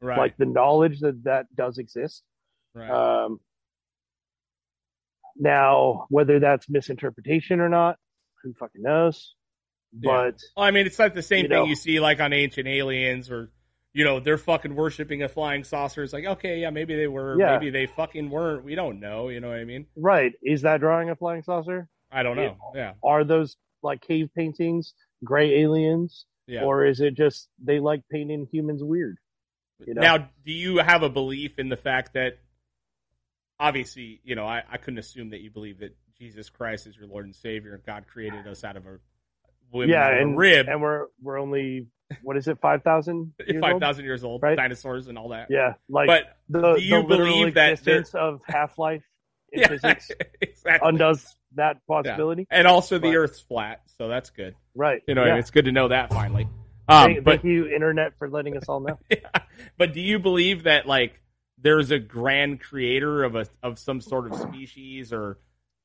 right
like the knowledge that that does exist.
right
Um, now, whether that's misinterpretation or not, who fucking knows?
Yeah.
But
Well, I mean, it's not the same
You
thing
know.
you see like on Ancient Aliens or you know they're fucking worshiping a flying saucer. It's like okay, yeah, maybe they were,
Yeah.
maybe they fucking weren't. We don't know. You know what I mean?
right, is that drawing a flying saucer?
I don't know. Yeah,
Are those like cave paintings, gray aliens?
yeah.
or is it just they like painting humans weird? You know?
Now, do you have a belief in the fact that obviously, you know, I, I couldn't assume that you believe that Jesus Christ is your Lord and Savior and God created us out of a women
yeah,
out of a
and
rib,
and we're we're only what is it five thousand?
five thousand years old,
right?
dinosaurs and all that.
Yeah, like
but
the,
do you
the literal
believe that there-
existence of half life in
yeah,
physics
exactly.
undoes that possibility?
and also the
But-
Earth's flat, so that's good.
Right.
You know,
yeah.
and it's good to know that finally. Um,
thank,
but
thank you, internet, for letting us all know.
but do you believe that like there's a grand creator of a of some sort of species or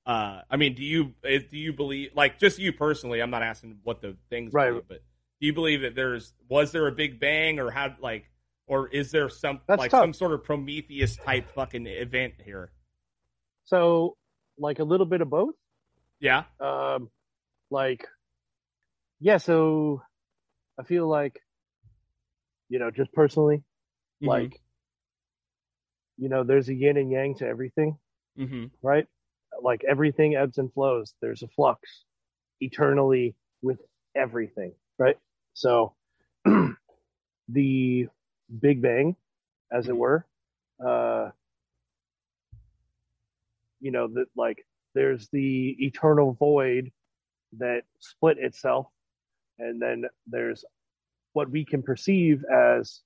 uh I mean, do you eh, do you believe like just you personally? I'm not asking what the things
Right.
believe, but do you believe that there's was there a big bang or how like or is there some
That's
like
tough.
some sort of Prometheus type fucking event here?
So, like a little bit of both.
Yeah,
um, like yeah so i feel like you know just personally
Mm-hmm.
like you know there's a yin and yang to everything
mm-hmm.
right like everything ebbs and flows there's a flux eternally with everything right so the big bang as it
Mhm.
were uh you know that like there's the eternal void that split itself and then there's what we can perceive as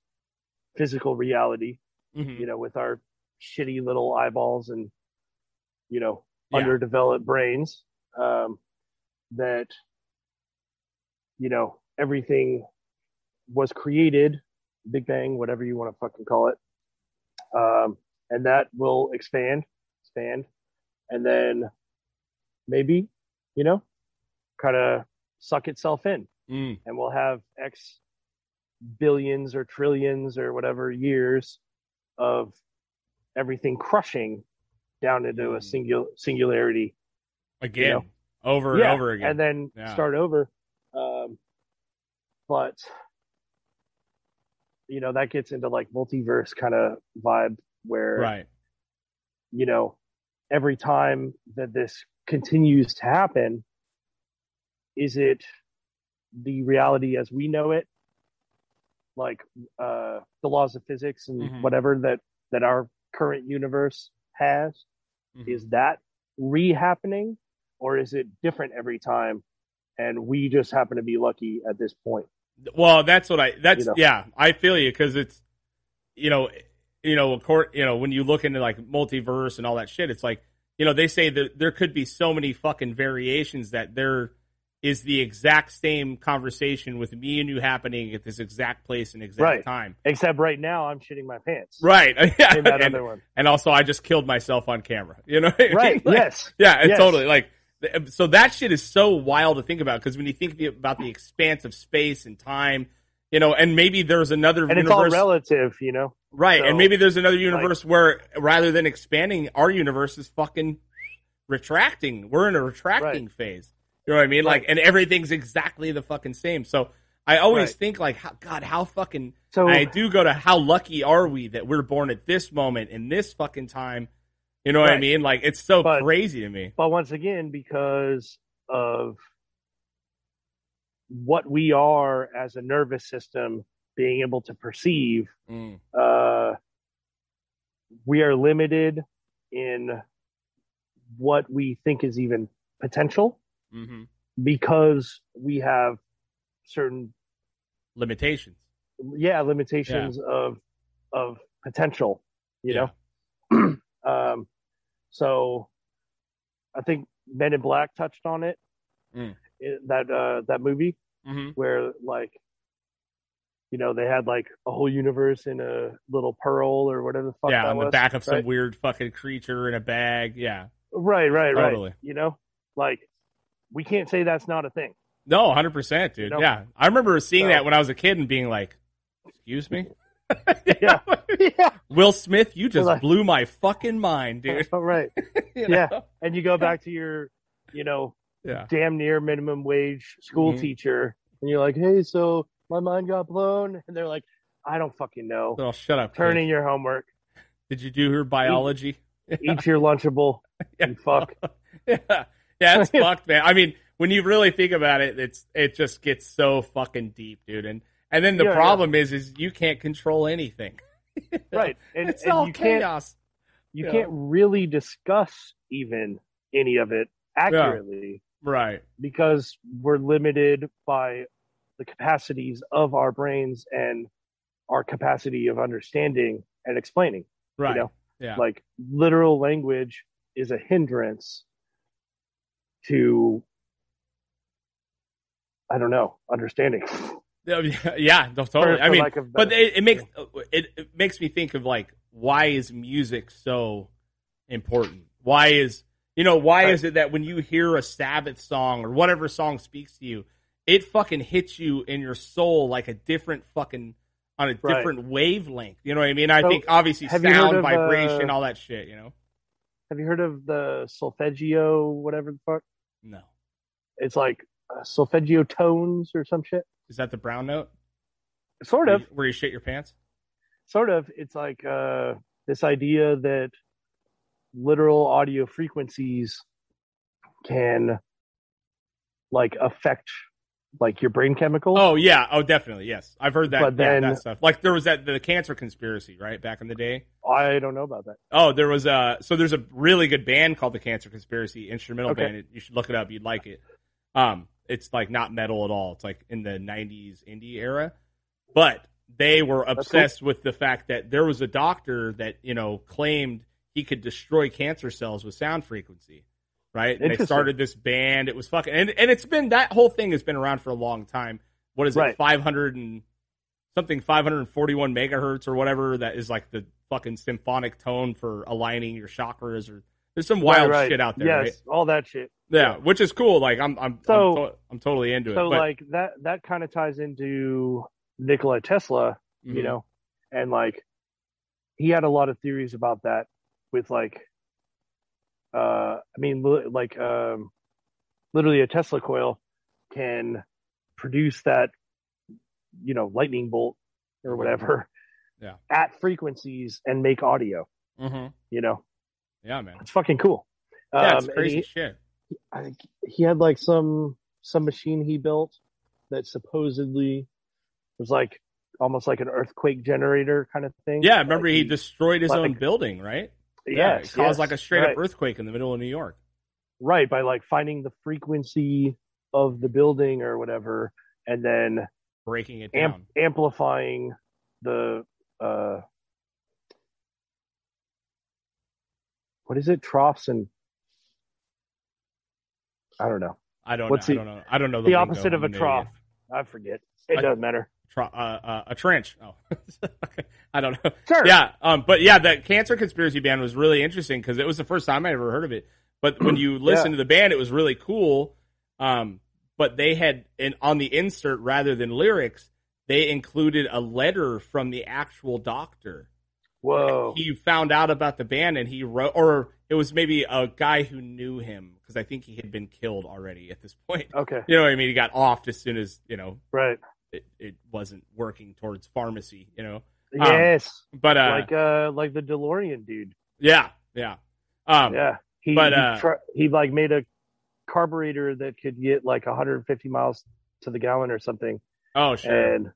physical reality
Mm-hmm.
you know, with our shitty little eyeballs and, you know,
Yeah.
underdeveloped brains, um, that, you know, everything was created, Big Bang, whatever you want to fucking call it. Um, and that will expand, expand, and then maybe, you know, kind of suck itself in
Mm.
and we'll have X billions or trillions or whatever years of everything crushing down into a
Mm.
single singularity
Again,
You know.
over
Yeah,
and over again.
and then
Yeah.
start over. Um, but you know that gets into like multiverse kind of vibe where
right.
you know, every time that this continues to happen, is it the reality as we know it, like uh, the laws of physics and
Mhm.
whatever that that our current universe has?
Mhm.
Is that re-happening, or is it different every time? And we just happen to be lucky at this point.
Well, that's what I. That's
You know.
yeah. I feel you because it's, you know, you know, of course, you know, when you look into like multiverse and all that shit, it's like, you know, they say that there could be so many fucking variations that there is the exact same conversation with me and you happening at this exact place and exact
Right.
time.
Except right now, I'm shitting my pants.
Right. Yeah.
In that
and,
other one.
and also, I just killed myself on camera. You know. what I mean?
Right.
Like,
yes.
yeah, it
Yes.
totally. Like, th- um, so that shit is so wild to think about because when you think the- about the expanse of space and time, you know, and maybe there's another
And it's all
universe,
relative, you know.
right?
so,
and maybe there's another universe where rather than expanding, our universe is fucking retracting. We're in a retracting phase. You know what I mean? Like,
Right.
and everything's exactly the fucking same. So I always
Right. Oh.
think like, how, God, how fucking
So
I do go to how lucky are we that we're born at this moment in this fucking time, You know what I
Right.
mean? Like it's so
But-
crazy to me.
But once again, because of what we are as a nervous system being able to perceive,
Mm.
uh, we are limited in what we think is even potential
hmm
because we have certain
Limitations.
yeah limitations of of potential you
Yeah.
know um so i think men in black touched on it,
Mm.
It- that uh that movie
Mm-hmm.
where like you know they had like a whole universe in a little pearl or whatever the fuck
Yeah,
that
on the
was,
back of some
right?
weird fucking creature in a bag. Yeah,
right right right
Totally.
you know like we can't say that's not a thing
no, hundred percent, dude.
No.
Yeah, I remember seeing
So-
that when I was a kid and being like, "Excuse me."
Yeah. yeah
Will Smith, you just
Like-
blew my fucking mind, dude.
all right
You
Yeah.
know?
and you go back to your you know
yeah,
damn near minimum wage school
Mhm.
teacher and you're like hey so my mind got blown and they're like i don't fucking know
Oh, shut up. kid.
turn in your homework
Did you do her biology?
eat your lunchable
Yeah.
you fuck
yeah, yeah, it's fucked, man. I mean, when you really think about it, it's it just gets so fucking deep, dude. And and then the
Yeah, yeah.
problem is, is you can't control anything.
right and,
it's
and
all
you can't
chaos.
you
Yeah.
can't really discuss even any of it accurately
Right.
because we're limited by the capacities of our brains and our capacity of understanding and explaining
Right.
know?
Yeah.
like literal language is a hindrance to i don't know understanding
Yeah, yeah, no,
For-
totally. I
for
mean,
lack of
but
better-
it, it makes uh, it, it makes me think of like why is music so important? Why is you know why
Right.
is it that when you hear a Sabbath song or whatever song speaks to you, it fucking hits you in your soul like a different fucking on a
Right.
different wavelength. You know what I mean? I
So,
think obviously
have you heard
sound,
of,
vibration,
uh,
all that shit. You know?
have you heard of the solfeggio whatever the fuck
No,
it's like uh, solfeggio tones or some shit
is that the brown note?
sort
Where
of
you, where you shit your pants?
sort of it's like uh this idea that literal audio frequencies can like affect like your brain chemicals
Oh yeah, oh definitely yes. I've heard that.
But
yeah,
then-
that stuff. Like there was that the cancer conspiracy right back in the day.
i don't know about that
Oh, there was a so there's a really good band called the Cancer Conspiracy instrumental
Okay.
band. You should look it up. You'd like it. Um, it's like not metal at all. It's like in the '90s indie era, but they were
cool.
obsessed with the fact that there was a doctor that you know claimed he could destroy cancer cells with sound frequency. Right? And they
Interesting.
started this band. It was fucking and, and it's been that whole thing has been around for a long time. What is it?
Right.
Five hundred and something 541 megahertz or whatever that is like the fucking symphonic tone for aligning your chakras or there's some wild
Right, right.
shit out
Yes,
there right?
all that shit.
yeah which is cool like i'm i'm
So-
I'm, to- I'm totally into
so
it but,
like that that kind of ties into Nikola Tesla, you
mhm.
know, and like he had a lot of theories about that with like uh I mean li- like um literally a Tesla coil can produce that you know lightning bolt or whatever
Mm-hmm. Yeah.
at frequencies and make audio,
Mhm.
you know.
yeah man
It's fucking cool.
yeah it's
Um, and
crazy
he-
shit
I think he had like some some machine he built that supposedly was like almost like an earthquake generator kind of thing.
yeah remember
Like,
he destroyed his
like-
own building right yeah it
yes,
caused
yes,
like a straight
right,
up earthquake in the middle of new york
right by like finding the frequency of the building or whatever, and then
breaking it down
amp- amplifying the uh what is it troughs and I don't know
i don't
what's
know
the-
i don't know i don't know the,
the
lingo.
opposite of
I'm
a
an idiot.
trough. I forget. It
I-
doesn't matter.
Tro- uh, uh, a trench oh okay. i don't know
Sure.
Yeah, um, but yeah, that cancer conspiracy band was really interesting because it was the first time I ever heard of it. But when you listen to the band, it was really cool. Um, but they had and on the insert rather than lyrics, they included a letter from the actual doctor.
Whoa.
He found out about the band and he wrote, or it was maybe a guy who knew him because I think he had been killed already at this point.
Okay.
You know what I mean? He got off as soon as you know
Right.
it, it wasn't working towards pharmacy. You know,
Yes.
but uh,
like uh like the DeLorean dude.
Yeah, yeah. Um,
yeah, he
but,
he,
uh,
tr- he like made a carburetor that could get like 150 miles to the gallon or something,
Oh, sure.
and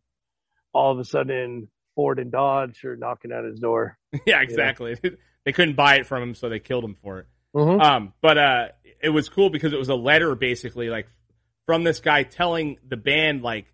all of a sudden Ford and Dodge are knocking at his door.
yeah, exactly. they couldn't buy it from him, so they killed him for it.
Mm-hmm.
Um, but uh, it was cool because it was a letter basically, like from this guy telling the band, like,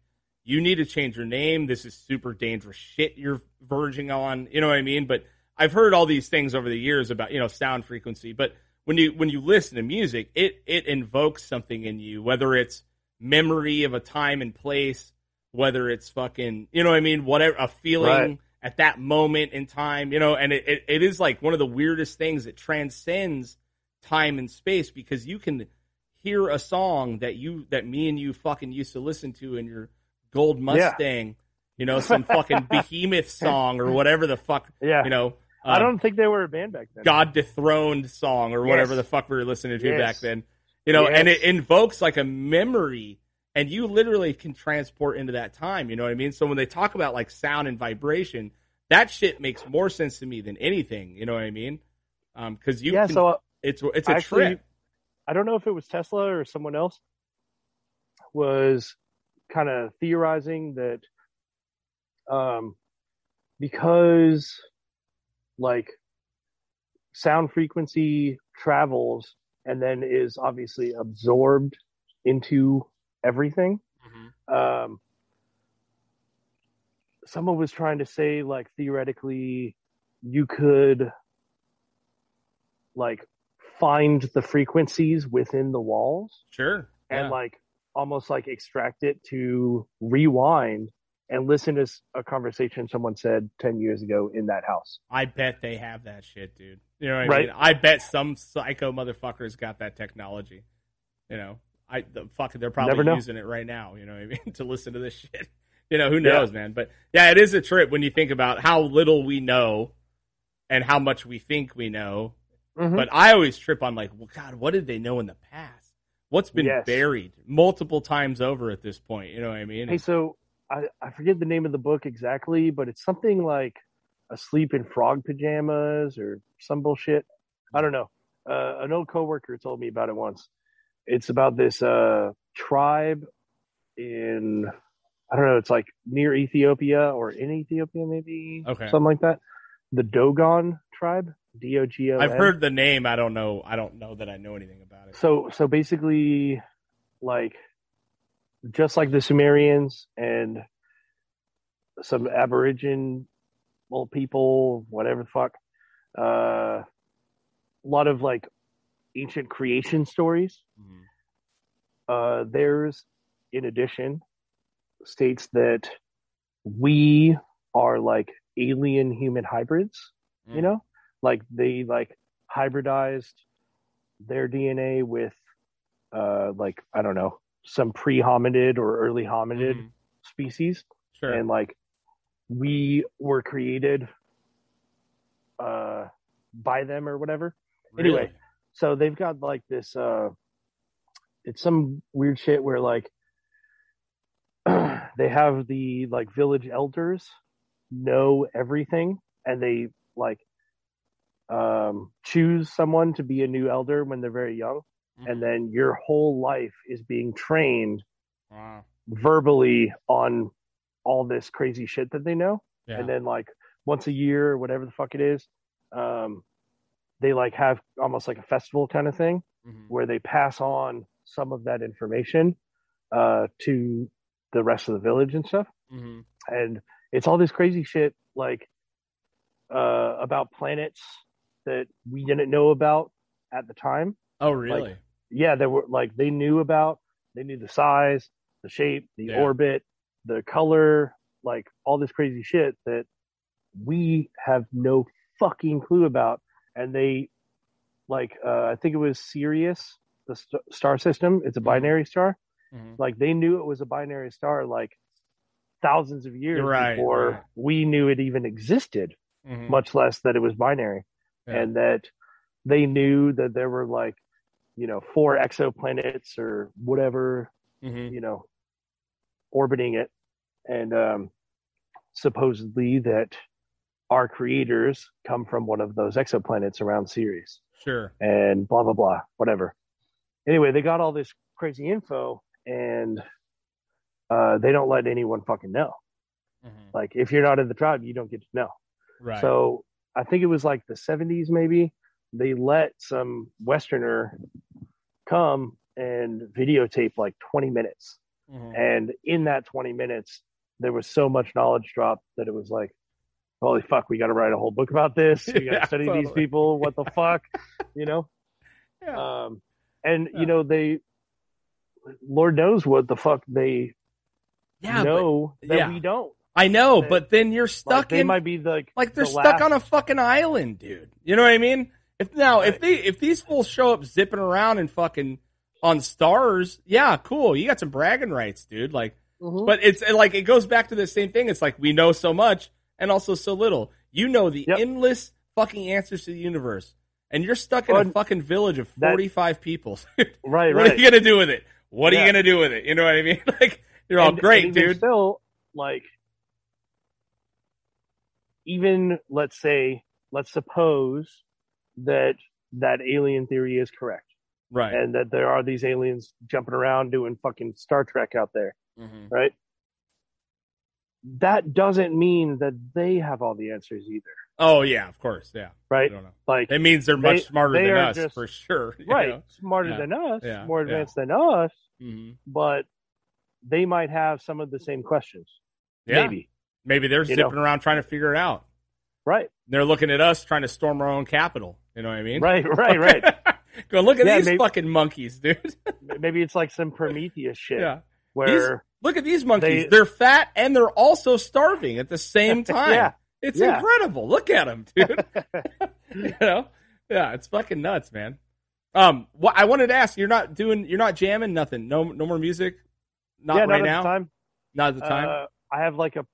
you need to change your name. This is super dangerous shit you're verging on. You know what I mean? But I've heard all these things over the years about you know sound frequency, but when you when you listen to music, it it invokes something in you, whether it's memory of a time and place, whether it's fucking you know what I mean, whatever a feeling
Right.
at that moment in time, you know, and it, it, it is like one of the weirdest things that transcends time and space because you can hear a song that you that me and you fucking used to listen to in your gold Mustang, you know, some fucking behemoth song or whatever the fuck
Yeah,
you know,
I
um,
don't think they were a band back then.
God dethroned song or whatever
Yes.
the fuck we were listening to
Yes.
back then. You know, and
Yes.
it invokes like a memory and you literally can transport into that time, you know what I mean? So when they talk about like sound and vibration, that shit makes more sense to me than anything, you know what I mean? Um cuz you
yeah,
can-
so uh,
it's it's a
actually-
trip.
I don't know if it was Tesla or someone else was kind of theorizing that um because like sound frequency travels and then is obviously absorbed into everything
Mm-hmm.
um someone was trying to say like theoretically you could like find the frequencies within the walls
Sure.
and
Yeah.
like almost like extract it to rewind and listen to s- a conversation someone said 10 years ago in that house
I bet they have that shit, dude. You know what I
Right.
mean? I bet some psycho motherfucker's got that technology. You know, I the fuck, they're
Never know.
probably using it right now. You know what I mean? to listen to this shit. You know, who knows, man? But yeah, it is a trip when you think about how little we know and how much we think we know.
Mm-hmm.
But I always trip on like, well, God, what did they know in the past? What's been
Yes.
buried multiple times over at this point? You know what I mean?
hey so I, I forget the name of the book exactly but it's something like asleep in frog pajamas or some bullshit i don't know uh, an old coworker told me about it once it's about this uh, tribe in i don't know it's like near ethiopia or in ethiopia maybe
Okay.
something like that the dogon tribe d-o-g-o
I've heard the name. I don't know. I don't know that I know anything about it.
so so basically like just like the sumerians and some aboriginal people whatever the fuck uh, a lot of like ancient creation stories
Mhm.
uh, there's in addition states that we are like alien human hybrids you
Mm.
know like they like hybridized their dna with uh like i don't know some pre-hominid or early hominid
Mhm.
species
Sure.
and like we were created uh by them or whatever anyway,
Really?
so they've got like this uh it's some weird shit where like they have the like village elders know everything and they like um choose someone to be a new elder when they're very young
Mm-hmm.
and then your whole life is being trained
Wow.
verbally on all this crazy shit that they know
Yeah.
and then like once a year or whatever the fuck it is um they like have almost like a festival kind of thing
Mhm.
where they pass on some of that information uh to the rest of the village and stuff
Mhm.
and it's all this crazy shit like uh about planets that we didn't know about at the time
Oh, really?
yeah, they were like they knew about they knew the size, the shape, the
Yeah.
orbit, the color, like all this crazy shit that we have no fucking clue about. And they like uh, I think it was Sirius, the st- star system. It's a
Mhm.
binary star.
Mhm.
Like they knew it was a binary star like thousands of years
Right,
before
right.
we knew it even existed
Mhm.
much less that it was binary
Yeah.
and that they knew that there were like you know four exoplanets or whatever
Mhm.
you know orbiting it and um supposedly that our creators come from one of those exoplanets around Ceres.
Sure.
and blah blah blah whatever anyway they got all this crazy info and uh, they don't let anyone fucking know like if you're not in the tribe you don't get to know
Mm-hmm. Right.
so i think it was like the 70s maybe they let some westerner come and videotape like 20 minutes
Mm-hmm.
and in that 20 minutes there was so much knowledge dropped that it was like holy fuck we got to write a whole book about this we got to
Yeah,
study these
totally.
people what the fuck you know
yeah.
um, and
Yeah.
you know they, Lord knows what the fuck they
yeah but,
know that
yeah.
we don't.
I know,
they-
but then you're
Like,
stuck
they
in
might be like
like they're
the
stuck
last-
on a fucking island, dude. You know what I mean? If now if
Right.
they if these fools show up zipping around and fucking on stars, yeah, cool. You got some bragging rights, dude. Like But it's and, like it goes back to the same thing. It's like we know so much and also so little. You know the
Yep.
endless fucking answers to the universe, and you're stuck in a
Well,
fucking village of
that-
45 people. what
right,
are
right.
you gonna do with it? What are
Yeah.
you gonna do with it? You know what I mean? Like you're all
And-
great,
and even
dude.
Still, like, even let's say, let's suppose that that alien theory is correct,
Right.
and that there are these aliens jumping around doing fucking Star Trek out there.
Mhm.
right? That doesn't mean that they have all the answers either,
Oh yeah, of course. Yeah. I
right?
don't know.
Like,
It means they're much
They-
smarter
they
than
are
us
just-
for sure. you
right,
know?
smarter
Yeah.
than us,
Yeah.
more
Yeah.
advanced than us,
Mhm.
but they might have some of the same questions,
Yeah. Maybe.
maybe,
they're
You
zipping
know.
around trying to figure it out.
right?
They're looking at us trying to storm our own capital. You know what I mean?
Right, right, right.
Go look at
Yeah,
these
maybe-
fucking monkeys, dude.
maybe it's like some Prometheus shit
yeah.
where,
Look at these monkeys.
They-
They, are fat and they're also starving at the same time.
Yeah.
It's
Yeah.
incredible. Look at them, dude. you know? Yeah, it's fucking nuts, man. Um, what I wanted to ask, you're not doing, you're not jamming nothing. No, no more music. Not
yeah, not
right now.
At the time.
Not at the time.
Uh, I have like a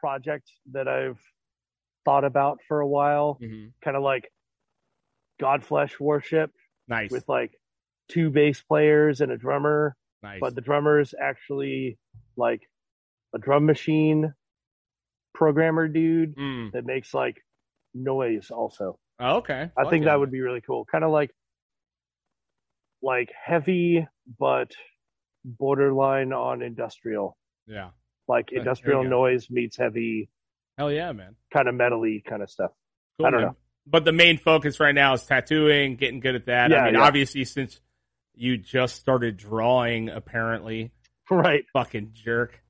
project that I've thought about for a while,
Mhm.
kind of like God flesh worship.
Nice,
with like two bass players and a drummer,
nice.
but the drummer's actually like a drum machine programmer dude
Mm.
that makes like noise also.
Oh, okay.
I think that would be really cool. Kind of like like heavy but borderline on industrial.
Yeah.
Like
there you
industrial
go.
noise meets heavy
Hell yeah, man.
kind of metally kind of stuff.
Cool,
I don't
man.
know.
But the main focus right now is tattooing, getting good at that. I
Yeah,
mean,
yeah.
obviously, since you just started drawing, apparently,
Right.
fucking jerk.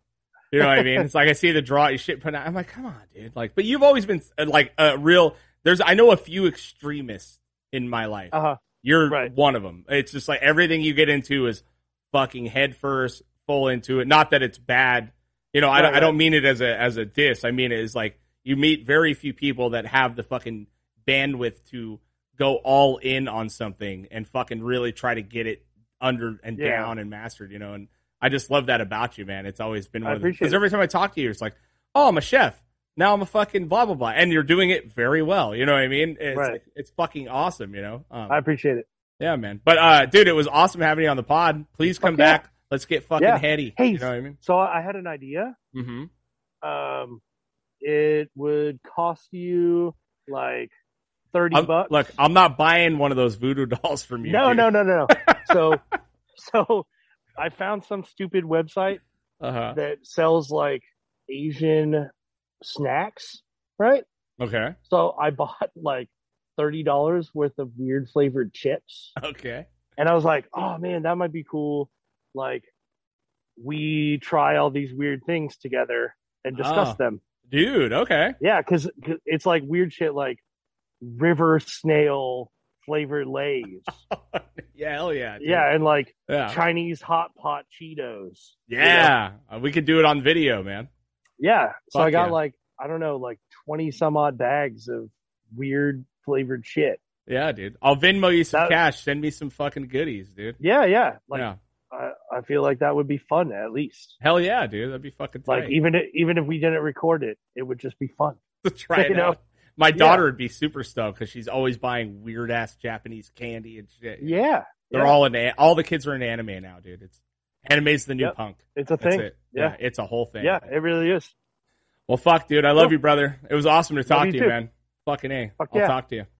You know what I mean? It's like I see the draw you shit put out. I'm like, come on, dude. Like, but you've always been uh, like a real. There's I know a few extremists in my life.
Uh-huh.
You're
Right.
one of them. It's just like everything you get into is fucking head first, full into it. Not that it's bad. You know, I,
Right,
don't I don't
right.
mean it as a as a diss. I mean it is like you meet very few people that have the fucking bandwidth to go all in on something and fucking really try to get it under and
Yeah.
down and mastered. You know, and I just love that about you, man. It's always been
I
one of
appreciate
because
it.
every time I talk to you, it's like, oh, I'm a chef. Now I'm a fucking blah blah blah, and you're doing it very well. You know what I mean? It's,
Right.
it's fucking awesome. You know. Um,
I appreciate it.
yeah, man. But uh, dude, it was awesome having you on the pod. Please come
Fuck yeah.
back. Let's get fucking
Yeah.
heady.
Hey.
You know what I mean?
So I had an idea.
Mm-hmm.
um, it would cost you like 30 bucks.
look, I'm not buying one of those voodoo dolls from you.
no,
dude.
no, no, no, no. so, so I found some stupid website
Uh-huh.
that sells like Asian snacks, right?
Okay.
So I bought like $30 worth of weird flavored chips.
Okay.
And I was like, oh man, that might be cool. Like, we try all these weird things together and discuss
Ah.
them.
Dude, okay.
Yeah, because it's like weird shit like river snail flavored lays.
yeah, hell yeah. dude.
yeah, and like
Yeah.
Chinese hot pot Cheetos. you know?
Yeah. Uh, We could do it on video, man.
Yeah. So
Fuck
I got
yeah.
like, I don't know, like 20 some odd bags of weird flavored shit.
Yeah, dude. I'll Venmo you some
That-
cash. Send me some fucking goodies, dude.
Yeah, yeah. Like,
yeah.
I, I feel like that would be fun at least.
Hell yeah, dude. That'd be fucking tight.
Like, even, i- even if we didn't record it, it would just be fun.
to try it
You know?
out. My
Yeah.
daughter would be super stoked because she's always buying weird ass Japanese candy and shit.
Yeah.
They're
yeah.
all in a- all the kids are in anime now, dude. It's anime's the new
Yep.
punk.
It's a
That's
thing.
it. Yeah. it's a whole thing.
Yeah, it really is.
Well, fuck, dude. I love
Cool.
you, brother. It was awesome to talk
you
to you,
too.
man. Fucking a.
Fuck
will
yeah.
talk to you.